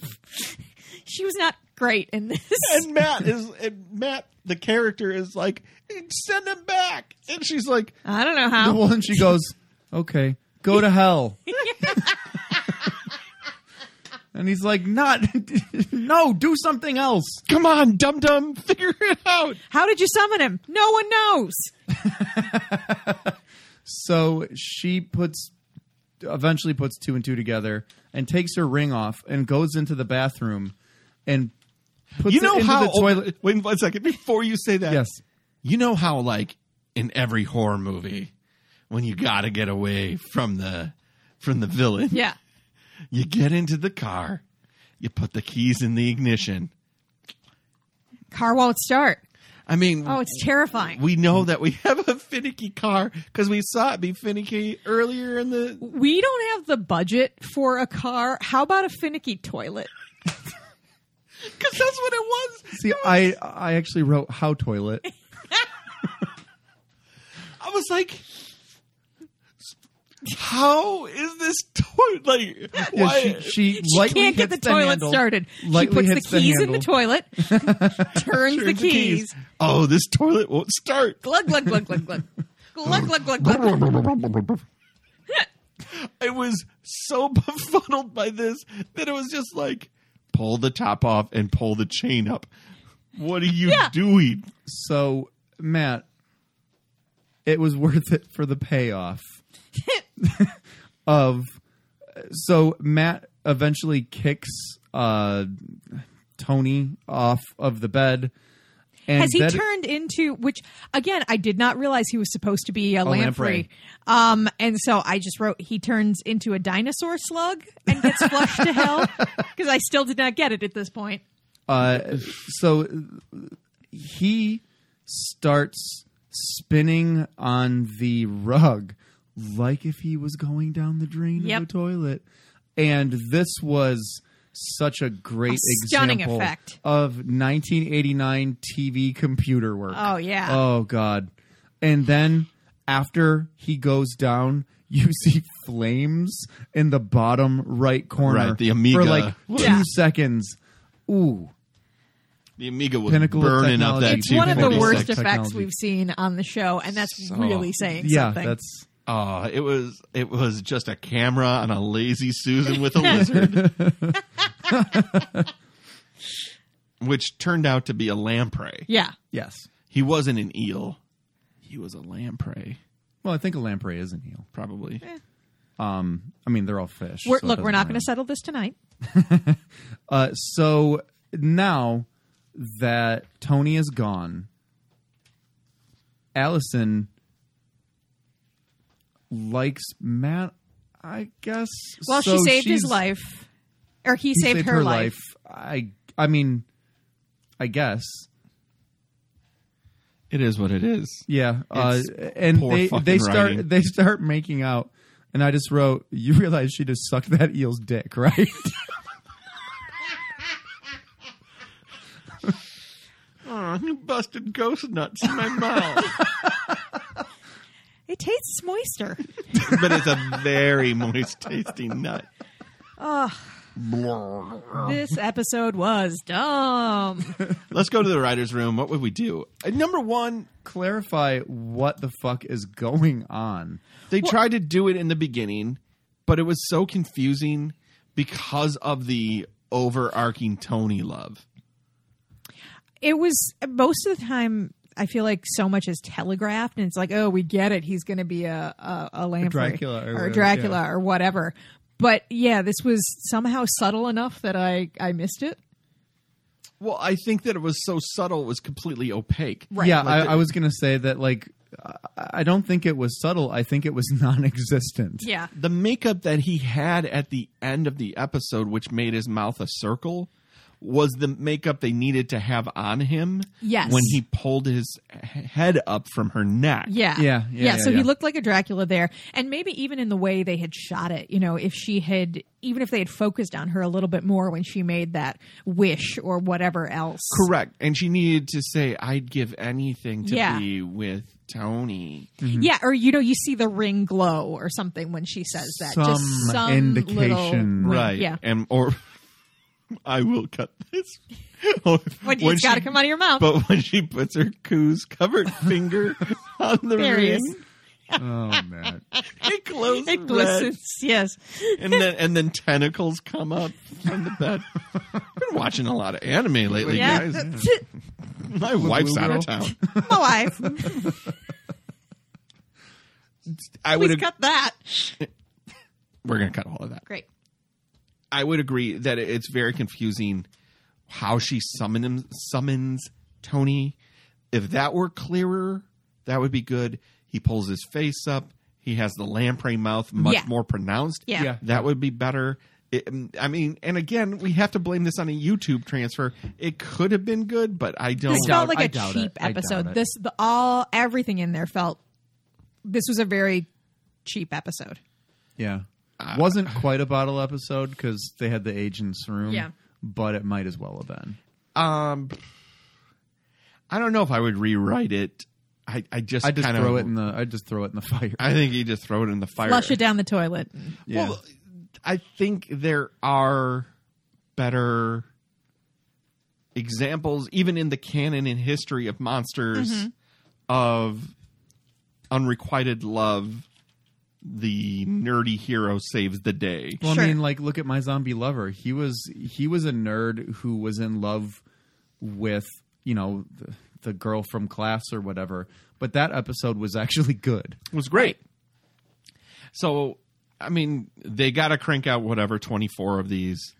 Speaker 5: she was not great in this.
Speaker 3: and Matt is and Matt, the character is like, "Send him back," and she's like,
Speaker 5: I don't know how.
Speaker 4: Well, and she goes, "Okay, go to hell." and he's like, "Not, no, do something else."
Speaker 3: "Come on, dum dum, figure it out."
Speaker 5: How did you summon him? No one knows.
Speaker 4: So she puts, eventually puts two and two together, and takes her ring off, and goes into the bathroom, and puts
Speaker 3: you know
Speaker 4: it into
Speaker 3: how
Speaker 4: the toilet.
Speaker 3: wait one second before you say that
Speaker 4: Yes,
Speaker 3: you know how like in every horror movie when you gotta get away from the from the villain
Speaker 5: Yeah.
Speaker 3: you get into the car you put the keys in the ignition
Speaker 5: Car won't start.
Speaker 3: i mean
Speaker 5: Oh, it's terrifying.
Speaker 3: we know that we have a finicky car because we saw it be finicky earlier in the
Speaker 5: We don't have the budget for a car. How about a finicky toilet?
Speaker 3: because that's what it was
Speaker 4: see, I, I actually wrote how toilet.
Speaker 3: I was like, how is this toy like?
Speaker 4: Yeah,
Speaker 3: why?
Speaker 4: she she,
Speaker 5: She
Speaker 4: lightly
Speaker 5: can't get the
Speaker 4: hits
Speaker 5: toilet
Speaker 4: handle,
Speaker 5: started. She
Speaker 4: lightly
Speaker 5: puts the
Speaker 4: hits
Speaker 5: keys in the
Speaker 4: handle.
Speaker 5: toilet, turns the keys.
Speaker 3: Oh, this toilet won't start.
Speaker 5: Glug glug glug glug glug. Glug glug glug glug.
Speaker 3: I was so befuddled by this that it was just like, pull the top off and pull the chain up. What are you
Speaker 5: Yeah.
Speaker 3: doing?
Speaker 4: So, Matt, it was worth it for the payoff of. So, Matt eventually kicks uh, Tony off of the bed. And
Speaker 5: Has he
Speaker 4: that-
Speaker 5: turned into which again I did not realize he was supposed to be a,
Speaker 4: lamprey.
Speaker 5: lamprey. Um and so I just wrote he turns into a dinosaur slug and gets flushed to hell because I still did not get it at this point.
Speaker 4: Uh, so, uh, he starts spinning on the rug like if he was going down the drain
Speaker 5: Yep.
Speaker 4: of the toilet. And this was such a great
Speaker 5: A stunning
Speaker 4: example
Speaker 5: effect.
Speaker 4: of 1989 TV computer work.
Speaker 5: Oh, yeah.
Speaker 4: Oh god. And then after he goes down, you see flames in the bottom right corner
Speaker 3: Right, the Amiga.
Speaker 4: for like 2
Speaker 5: Yeah.
Speaker 4: seconds. Ooh.
Speaker 3: The Amiga was
Speaker 4: Pinnacle of
Speaker 3: burning up that
Speaker 4: technology.
Speaker 5: It's
Speaker 4: Two
Speaker 5: one of the
Speaker 4: forty
Speaker 3: 256.
Speaker 5: worst
Speaker 4: six
Speaker 5: effects
Speaker 4: technology.
Speaker 5: we've seen on the show, and that's
Speaker 3: So-
Speaker 5: really saying
Speaker 4: Yeah,
Speaker 5: something.
Speaker 4: that's
Speaker 3: Oh, it was it was just a camera on a lazy Susan with a lizard. Which turned out to be a lamprey.
Speaker 5: yeah.
Speaker 4: yes.
Speaker 3: He wasn't an eel. He was a lamprey.
Speaker 4: Well, I think a lamprey is an eel,
Speaker 3: probably.
Speaker 4: Um, I mean, they're all fish.
Speaker 5: Eh. We're,
Speaker 4: so it
Speaker 5: look, we're
Speaker 4: doesn't
Speaker 5: not going
Speaker 4: matter.
Speaker 5: to settle this tonight.
Speaker 4: Uh, so now that Tony is gone, Allison likes Matt. I guess.
Speaker 5: Well,
Speaker 4: So
Speaker 5: she saved his
Speaker 4: she's-
Speaker 5: life, or he,
Speaker 4: he
Speaker 5: saved, her, life.
Speaker 4: I. I mean, I guess.
Speaker 3: It is what it is.
Speaker 4: Yeah, uh,
Speaker 3: It's
Speaker 4: and
Speaker 3: poor
Speaker 4: they
Speaker 3: fucking
Speaker 4: they start
Speaker 3: writing.
Speaker 4: they start making out, and I just wrote, "You realize she just sucked that eel's dick, right?"
Speaker 3: Oh, you busted ghost nuts in my mouth.
Speaker 5: It tastes moister.
Speaker 3: but it's a very moist tasting nut.
Speaker 5: Ugh, this episode was dumb.
Speaker 3: Let's go to the writer's room. What would we do? Uh, Number one,
Speaker 4: Clarify what the fuck is going on.
Speaker 3: They tried to do it in the beginning, but it was so confusing because of the overarching Tony love.
Speaker 5: It was most of the time. I feel like so much is telegraphed, and it's like, oh, we get it. He's going to be a a, a lamprey
Speaker 4: Dracula or
Speaker 5: or,
Speaker 4: whatever,
Speaker 5: Dracula
Speaker 4: yeah.
Speaker 5: or whatever. But yeah, this was somehow subtle enough that I I missed it.
Speaker 3: Well, I think that it was so subtle, it was completely opaque.
Speaker 4: Yeah,
Speaker 3: Like
Speaker 4: I, I was gonna say that. Like, I- I don't think it was subtle. I think it was non-existent.
Speaker 5: Yeah.
Speaker 3: the makeup that he had at the end of the episode, which made his mouth a circle, was the makeup they needed to have on him.
Speaker 5: Yes.
Speaker 3: When he pulled his h- head up from her neck.
Speaker 5: Yeah.
Speaker 4: Yeah, yeah, yeah,
Speaker 5: so
Speaker 4: yeah.
Speaker 5: he looked like a Dracula there. And maybe even in the way they had shot it, you know, if she had, even if they had focused on her a little bit more when she made that wish or whatever else.
Speaker 3: Correct. And she needed to say, I'd give anything to
Speaker 5: Yeah.
Speaker 3: be with Tony.
Speaker 4: Mm-hmm.
Speaker 5: Yeah. Or, you know, you see the ring glow or something when she says that. Just
Speaker 4: Some
Speaker 5: some
Speaker 4: indication.
Speaker 5: little-
Speaker 3: Right.
Speaker 5: Yeah.
Speaker 3: And or I will cut this. when
Speaker 5: When it's got to come out of your mouth.
Speaker 3: But when she puts her coos covered finger on the
Speaker 5: There he is.
Speaker 3: ring,
Speaker 4: Oh man.
Speaker 3: it glows.
Speaker 5: it glistens. Yes.
Speaker 3: red, and then and then tentacles come up from the bed. Been watching a lot of anime lately,
Speaker 5: Yeah.
Speaker 3: guys. My wife's out of town.
Speaker 5: My wife.
Speaker 3: I would.
Speaker 5: Please
Speaker 3: Ag-
Speaker 5: cut that.
Speaker 3: we're gonna cut all of that.
Speaker 5: Great.
Speaker 3: I would agree that it- it's very confusing how she summon him, summons Tony. If that were clearer, that would be good. He pulls his face up. He has the lamprey mouth much
Speaker 5: Yeah.
Speaker 3: more pronounced.
Speaker 5: Yeah. Yeah.
Speaker 3: That would be better. It, mm, I mean, and again, we have to blame this on a YouTube transfer. It could have been good, but I don't.
Speaker 5: This felt
Speaker 4: doubt-
Speaker 5: like
Speaker 4: I
Speaker 5: a
Speaker 4: doubt
Speaker 5: cheap
Speaker 4: it. I doubt
Speaker 5: episode.
Speaker 4: it.
Speaker 5: This the all everything in there felt. This was a very cheap episode.
Speaker 4: Yeah. Uh, Wasn't quite a bottle episode because they had the agent's room.
Speaker 5: Yeah.
Speaker 4: But it might as well have been.
Speaker 3: Um, I don't know if I would rewrite it. I, I just
Speaker 4: I just
Speaker 3: kind
Speaker 4: throw
Speaker 3: of,
Speaker 4: it in the. I just throw it in the fire.
Speaker 3: I think you just throw it in the fire.
Speaker 5: Flush it down the toilet.
Speaker 4: yeah.
Speaker 3: Well, I think there are better examples, even in the canon and history of monsters,
Speaker 4: Mm-hmm.
Speaker 3: of unrequited love. The nerdy hero saves the day.
Speaker 4: Well,
Speaker 5: Sure.
Speaker 4: I mean, like, look at my zombie lover. He was he was a nerd who was in love with you know the, the girl from class or whatever. But that episode was actually good.
Speaker 3: was great. So, I mean, they got to crank out whatever 24 of these.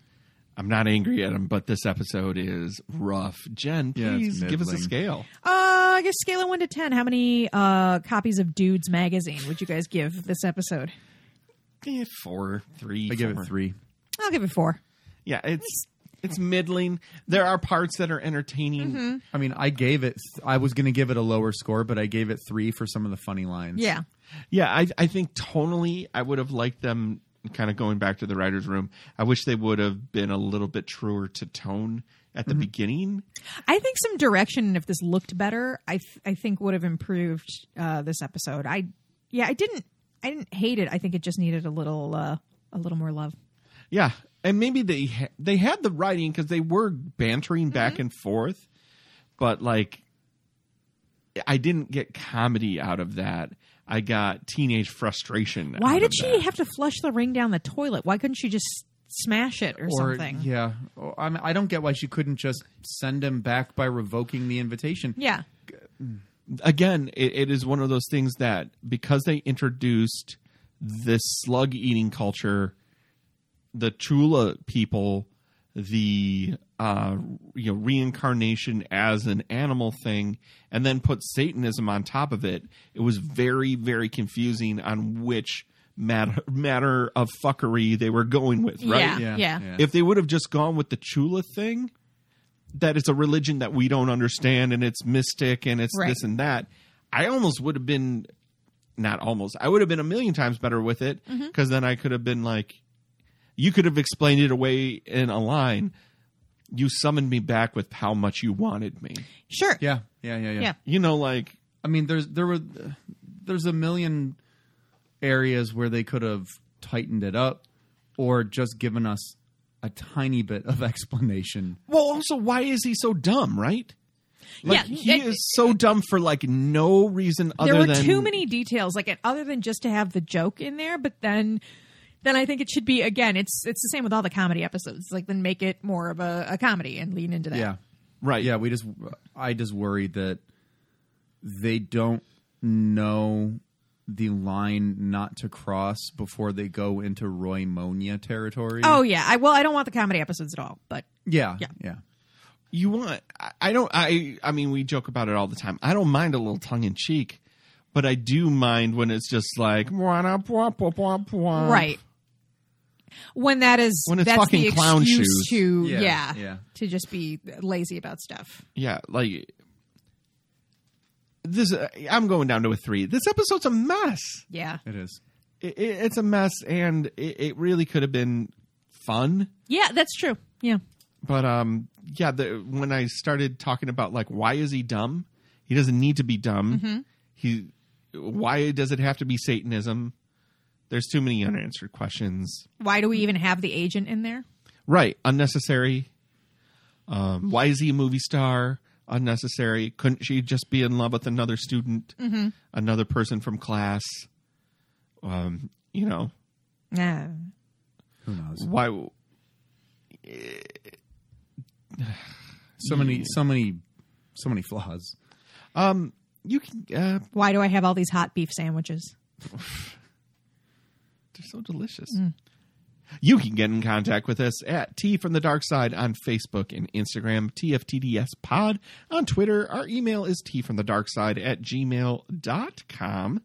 Speaker 3: I'm not angry at them, but this episode is rough. Jen,
Speaker 4: Yeah, it's
Speaker 3: please give us a
Speaker 4: middling.
Speaker 3: scale.
Speaker 5: Uh, I guess scale of one to ten. How many uh copies of Dudes magazine would you guys give this episode?
Speaker 3: Eh, Four, three.
Speaker 4: I give it
Speaker 3: four.
Speaker 4: three.
Speaker 5: I'll give it four.
Speaker 3: Yeah, it's it's middling. There are parts that are entertaining.
Speaker 5: Mm-hmm.
Speaker 4: I mean, I gave it. I was going to give it a lower score, but I gave it three for some of the funny lines.
Speaker 5: Yeah,
Speaker 3: Yeah, I I think tonally, I would have liked them kind of going back to the writers' room. I wish they would have been a little bit truer to tone at
Speaker 5: Mm-hmm.
Speaker 3: the beginning.
Speaker 5: I think some direction. If this looked better, I th- I think would have improved uh this episode. I yeah, I didn't I didn't hate it. I think it just needed a little uh a little more love.
Speaker 3: Yeah, and maybe they ha- they had the writing because they were bantering back
Speaker 5: Mm-hmm.
Speaker 3: and forth, but like, I didn't get comedy out of that. I got teenage frustration.
Speaker 5: Why
Speaker 3: out
Speaker 5: did
Speaker 3: of
Speaker 5: she
Speaker 3: that.
Speaker 5: have to flush the ring down the toilet? Why couldn't she just smash it or,
Speaker 4: Or
Speaker 5: something?
Speaker 4: yeah, Oh, or, I, mean, I don't get why she couldn't just send him back by revoking the invitation.
Speaker 5: Yeah.
Speaker 3: again, it, it is one of those things that because they introduced this slug eating culture, the Chula people, the uh, you know reincarnation as an animal thing, and then put Satanism on top of it. It was very very confusing on which matter matter of fuckery they were going with. Right?
Speaker 5: Yeah, Yeah, yeah. yeah.
Speaker 3: If they would have just gone with the Chula thing, that it's a religion that we don't understand and it's mystic and it's
Speaker 5: Right.
Speaker 3: this and that. I almost would have been not almost. I would have been a million times better with it
Speaker 5: Mhm.
Speaker 3: because then I could have been like you could have explained it away in a line. You summoned me back with how much you wanted me.
Speaker 5: Sure.
Speaker 4: Yeah. Yeah. Yeah. Yeah.
Speaker 5: Yeah.
Speaker 3: You know, like
Speaker 4: I mean, there's there were there's a million areas where they could have tightened it up or just given us a tiny bit of explanation.
Speaker 3: Well, also, why is he so dumb, right? Like,
Speaker 5: Yeah,
Speaker 3: he
Speaker 5: it-
Speaker 3: is so dumb for like no reason other
Speaker 5: there were
Speaker 3: than
Speaker 5: too many details, like other than just to have the joke in there. But then, then I think it should be again. It's it's the same with all the comedy episodes. Like then make it more of a, a comedy and lean into that.
Speaker 4: Yeah.
Speaker 3: Right.
Speaker 4: Yeah, we just I just worry that they don't know the line not to cross before they go into Roy Monia territory.
Speaker 5: Oh yeah. I well, I don't want the comedy episodes at all. But
Speaker 4: Yeah.
Speaker 5: Yeah.
Speaker 4: Yeah.
Speaker 3: you want I- i don't i i mean we joke about it all the time i don't mind a little tongue in cheek but i do mind when it's just like right
Speaker 5: right when that is
Speaker 3: Uh. When it's
Speaker 5: that's
Speaker 3: fucking
Speaker 5: the
Speaker 3: clown
Speaker 5: excuse
Speaker 3: shoes.
Speaker 5: to
Speaker 3: Yeah,
Speaker 5: yeah,
Speaker 3: yeah.
Speaker 5: to just be lazy about stuff.
Speaker 3: yeah like this uh, i'm going down to a three this episode's a mess
Speaker 5: Yeah.
Speaker 4: It is.
Speaker 3: it, it's a mess and it, it really could have been fun
Speaker 5: Yeah, that's true. Yeah.
Speaker 3: but um yeah the, when i started talking about like why is he dumb he doesn't need to be dumb
Speaker 5: Mhm.
Speaker 3: he why does it have to be satanism there's too many unanswered questions
Speaker 5: Why do we even have the agent in there?
Speaker 3: right unnecessary um why is he a movie star unnecessary couldn't she just be in love with another student
Speaker 5: Mhm.
Speaker 3: another person from class um you know
Speaker 5: Nah.
Speaker 4: Who knows?
Speaker 3: why
Speaker 4: So many so many so many flaws.
Speaker 3: um you can uh
Speaker 5: Why do I have all these hot beef sandwiches?
Speaker 3: They're so delicious. You can get in contact with us at T from the Dark Side on Facebook and Instagram, TFTDS Pod on Twitter. Our email is T from the Dark Side at gmail.com.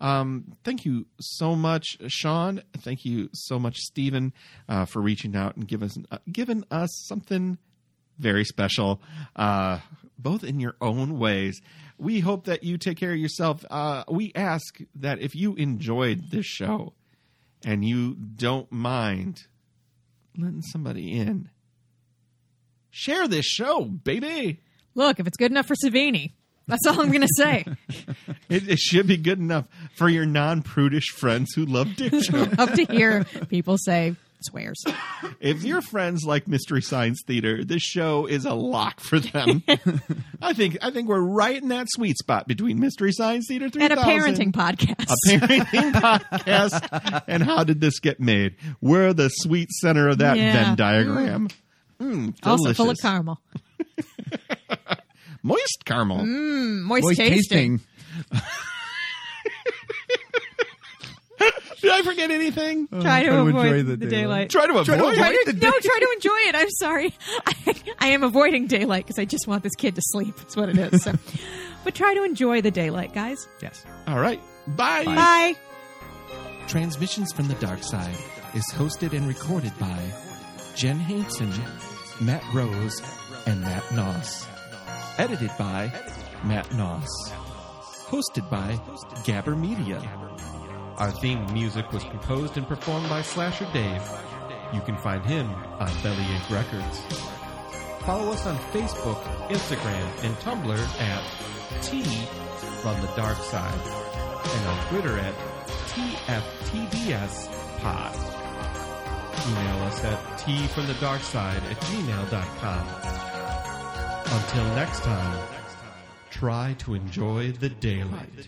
Speaker 3: Um, thank you so much, Sean. Thank you so much, Stephen, uh, for reaching out and give us, uh, giving us something very special, uh, both in your own ways. We hope that you take care of yourself. Uh, we ask that if you enjoyed this show and you don't mind letting somebody in, share this show, baby.
Speaker 5: Look, if it's good enough for Savini, that's all I'm going to say.
Speaker 3: It, it should be good enough for your non prudish friends who love dick jokes.
Speaker 5: Love to hear people say swears.
Speaker 3: if your friends like Mystery Science Theater, this show is a lock for them. I think I think we're right in that sweet spot between Mystery Science Theater 3000
Speaker 5: And a parenting podcast.
Speaker 3: a parenting podcast and how did this get made we're the sweet center of that
Speaker 5: Yeah.
Speaker 3: venn diagram Mm,
Speaker 5: also full of
Speaker 3: delicious.
Speaker 5: caramel.
Speaker 3: moist caramel
Speaker 5: Mmm, moist,
Speaker 4: Voice
Speaker 5: tasting.
Speaker 4: tasting.
Speaker 3: did i forget anything
Speaker 5: Try to
Speaker 4: Try to
Speaker 5: avoid
Speaker 4: enjoy
Speaker 5: the,
Speaker 4: the
Speaker 5: daylight.
Speaker 4: daylight.
Speaker 3: try to
Speaker 5: No,
Speaker 3: avoid
Speaker 5: try to, no, try to enjoy it. I'm sorry. I, I am avoiding daylight because I just want this kid to sleep. That's what it is. So. but try to enjoy the daylight, guys.
Speaker 4: Yes.
Speaker 3: all right bye.
Speaker 5: Bye.
Speaker 3: Transmissions from the Dark Side is hosted and recorded by Jen Hansen, Matt Rose, and Matt Noss. Edited by Matt Noss. Hosted by Gabber Media. Our theme music was composed and performed by Slasher Dave. You can find him on Bellyache Records. Follow us on Facebook, Instagram, and Tumblr at T from the Dark Side, and on Twitter at TFTDS Pod. Email us at T from the Dark Side at gmail.com. Until next time, try to enjoy the daylight.